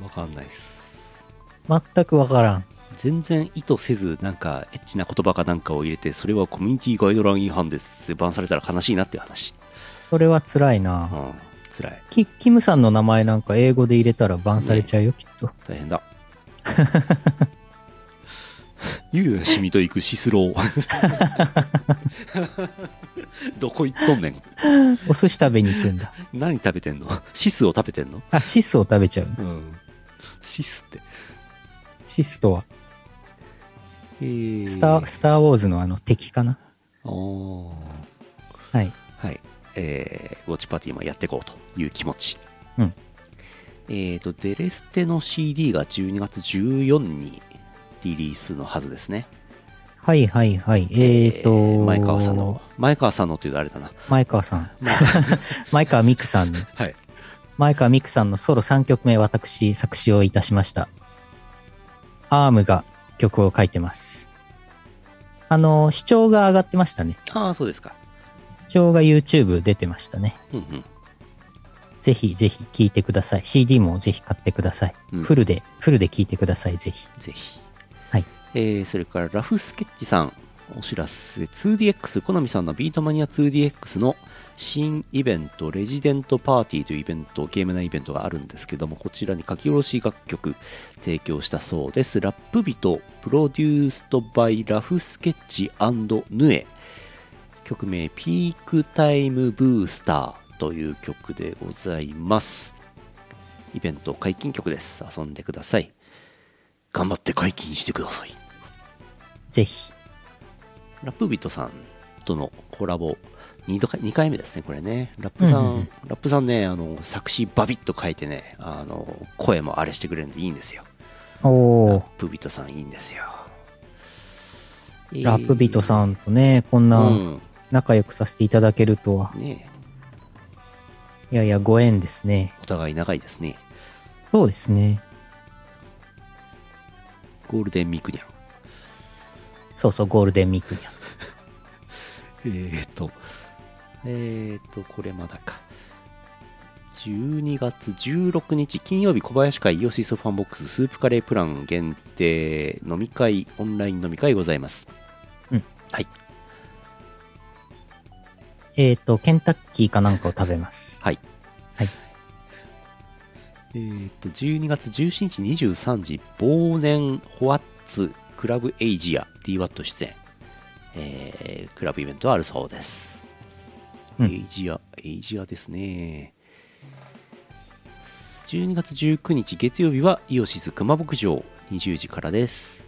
分かんないです全くわからん。全然意図せずなんかエッチな言葉かなんかを入れてそれはコミュニティガイドライン違反ですってバンされたら悲しいなっていう話それは辛いうな。ん辛いキキムさんの名前なんか英語で入れたらバンされちゃうよ、きっと。大変だ ゆうやしみと行くシスロー どこ行っとんねんお寿司食べに行くんだ。何食べてんのシスを食べてんのあ、シスを食べちゃう。うんシスって、シスとはえースター、スター・ウォーズのあの敵かなおーはい。はいえーウォッチパーティーもやっていこうという気持ちうんえっ、とデレステの CD が12月14にリリースのはずですねはいはいはい。えーと、ー前川さんの。前川さんのっていうとあれだな前川さん。 前川美久さんの。はい前川美久さんのソロ3曲目、私、作詞をいたしました。アームが曲を書いてます。あの、視聴が上がってましたね。ああそうですか視聴が YouTube 出てましたね。うんうんぜひぜひ聴いてください。CD もぜひ買ってください。うんフルで、フルで聴いてください、ぜひ。ぜひ。はいえーそれからラフスケッチさん、お知らせ、2DX、コナミさんのビートマニア 2DX の新イベント、レジデントパーティーというイベント、ゲーム内イベントがあるんですけども、こちらに書き下ろし楽曲提供したそうです。ラップ人、プロデューストバイラフスケッチヌエ。曲名、ピークタイムブースターという曲でございます。イベント解禁曲です。遊んでください。頑張って解禁してください。ぜひ。ラップビットさんとのコラボ2度か、2回目ですね、これね。ラップさん、うんうんうんラップさんね、あの、作詞バビッと書いてね、あの、声もあれしてくれるんでいいんですよ。おー。プビットさんいいんですよ。ラップビートんさんとね、こんなうん、仲良くさせていただけるとは。ねいやいや、ご縁ですね。お互い長いですね。そうですね。ゴールデンミクニャン。そうそう、ゴールデンミクニャン。えー、っと、えー、っと、これまだか。12月16日金曜日小林会イオシスファンボックススープカレープラン限定飲み会オンライン飲み会ございますえっ、と、ケンタッキーかなんかを食べます。えーっと12月17日23時忘年ホワッツクラブエイジア DWAT 出演、えークラブイベントあるそうです、うんエイジアエイジアですね12月19日月曜日はイオシス熊牧場20時からです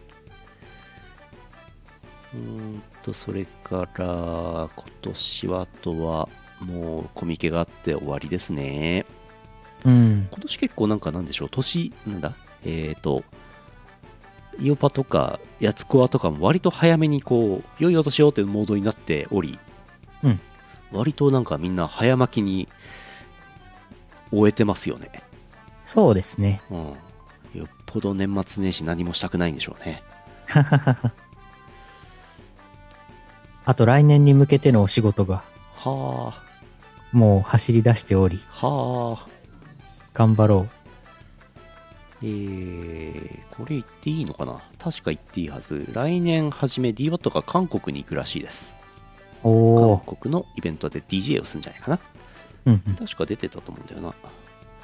うーんとそれから今年はあとはもうコミケがあって終わりですねうん。今年結構なんかなんでしょう年なんだえっ、とイオパとかやつこわとかも割と早めにこう良い音しようというモードになっており、うん割となんかみんな早巻きに終えてますよね、そうですね。うん、よっぽど年末年始何もしたくないんでしょうねあと来年に向けてのお仕事がはもう走り出しており、あはあ頑張ろえー、これ言っていいのかな確か言っていいはず来年初め DWAT が韓国に行くらしいですう。お韓お。国のイベントで DJ をするんじゃないかなうんうん。確か出てたと思うんだよな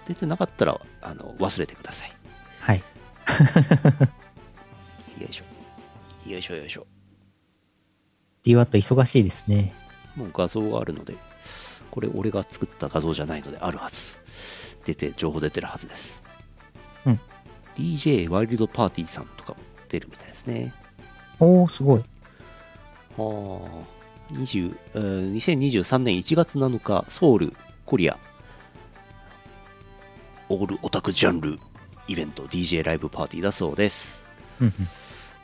出てなかったらあの忘れてくださいはい。よいしょよいしょよいしょ DWAT 忙しいですね。もう画像があるのでこれ俺が作った画像じゃないのであるはず出て情報出てるはずですうん DJ ワイルドパーティーさんとかも出るみたいですねおお、すごい。はあ20えー2023年1月7日ソウルコリアオールオタクジャンルイベント DJ ライブパーティーだそうですうんうん。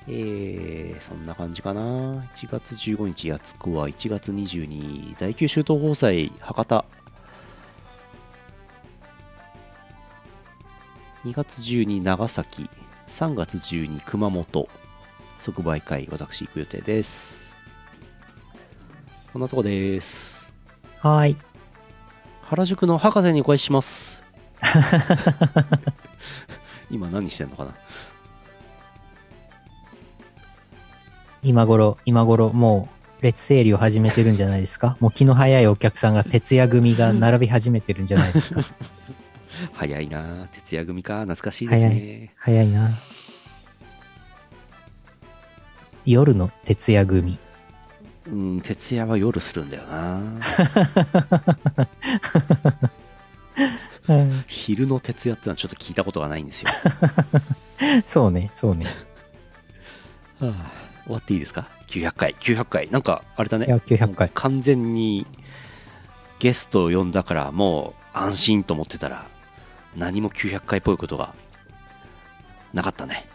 えーそんな感じかな。1月15日、やつこは1月22日、第九州東宝祭、博多。2月12日、長崎。3月12日、熊本。即売会、私行く予定です。こんなとこです。はーい。原宿の博士にお返し します。今何してんのかな今頃、今頃、もう、列整理を始めてるんじゃないです かもう気の早いお客さんが、徹夜組が並び始めてるんじゃないですか早いな徹夜組か。懐かしいですね。 早いな。夜の徹夜組。うん、徹夜は夜するんだよ な昼の徹夜ってのはちょっと聞いたことがないん ですよ、はそうね、そうね。あ終わっていいですか900回900回なんかあれだねいや900回もう完全にゲストを呼んだからもう安心と思ってたら何も900回っぽいことがなかったね、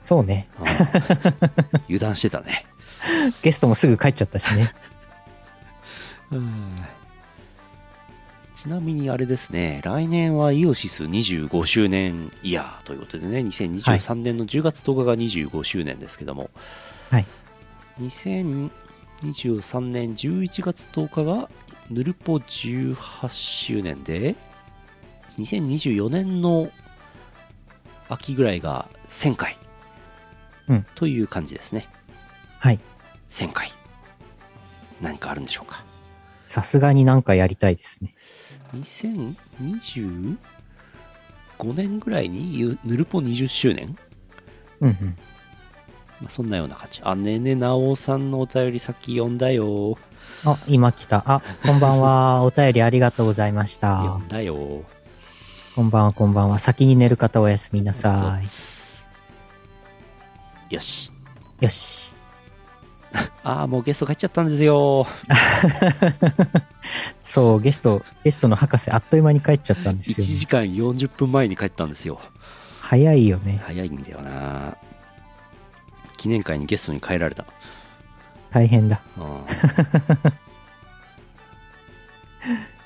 そうね。 うん油断してたねゲストもすぐ帰っちゃったし ね。ちなみにあれですね、来年はイオシス25周年イヤーということでね、2023年の10月10日が25周年ですけども、はい2023年11月10日がヌルポ18周年で、2024年の秋ぐらいが1000回うんという感じですね。はい。 1000回。何かあるんでしょうか。さすがになんかやりたいですね。 2025年ぐらいにゆヌルポ20周年、うんうん。まあ、そんなような感じ。あ、ねねなおさんのお便り先読んだよ。あ、今来た。あ、こんばん は。お便りありがとうございました読ん。だよ。こんばんは、こんばんは。先に寝る方おやすみなさい。よし。い。よし。ああ、もうゲスト帰っちゃったんですよ。そう、ゲスト、ゲストの博士、あっという間に帰っちゃったんで1すよね、時間40分前に帰ったんですよ。早いよね。早いんだよな。記念会にゲストに帰られた。大変だ。うん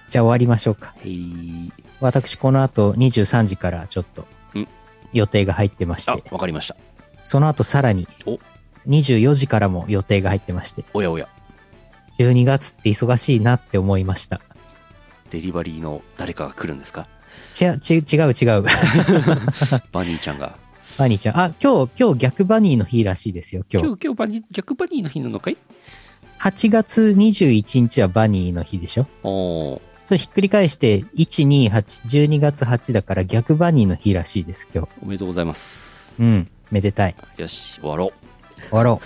じゃあ終わりましょうか。へい。私、この後23時からちょっとうん予定が入ってましあて、、わかりました。その後さらにお24時からも予定が入ってまして、おやおや。 12月って忙しいなって思いました。デリバリーの誰かが来るんで すかちゃち違う違う。 バニーちゃんが。バニーちゃん。あ、今日、今日逆バニーの日らしいですよ、今日。今日、今日バニー、逆バニーの日なのかい8月21日はバニーの日でしょおおそれひっくり返して、1、2、8、12月8だから逆バニーの日らしいです、今日。おめでとうございます。うん、めでたい。よし、終わろう。終わろ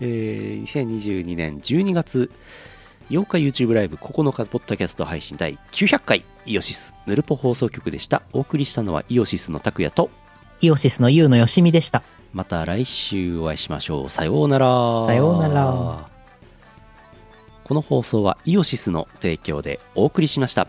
えー、2022年12月8日 YouTube ライブ9日ポッドキャスト配信第900回イオシスヌルポ放送局でした。お送りしたのはイオシスの拓也と、う。イオシスのユウのよしみでした。また来週お会いしましょう。さようなら。さようなら。この放送はイオシスの提供でお送りしました。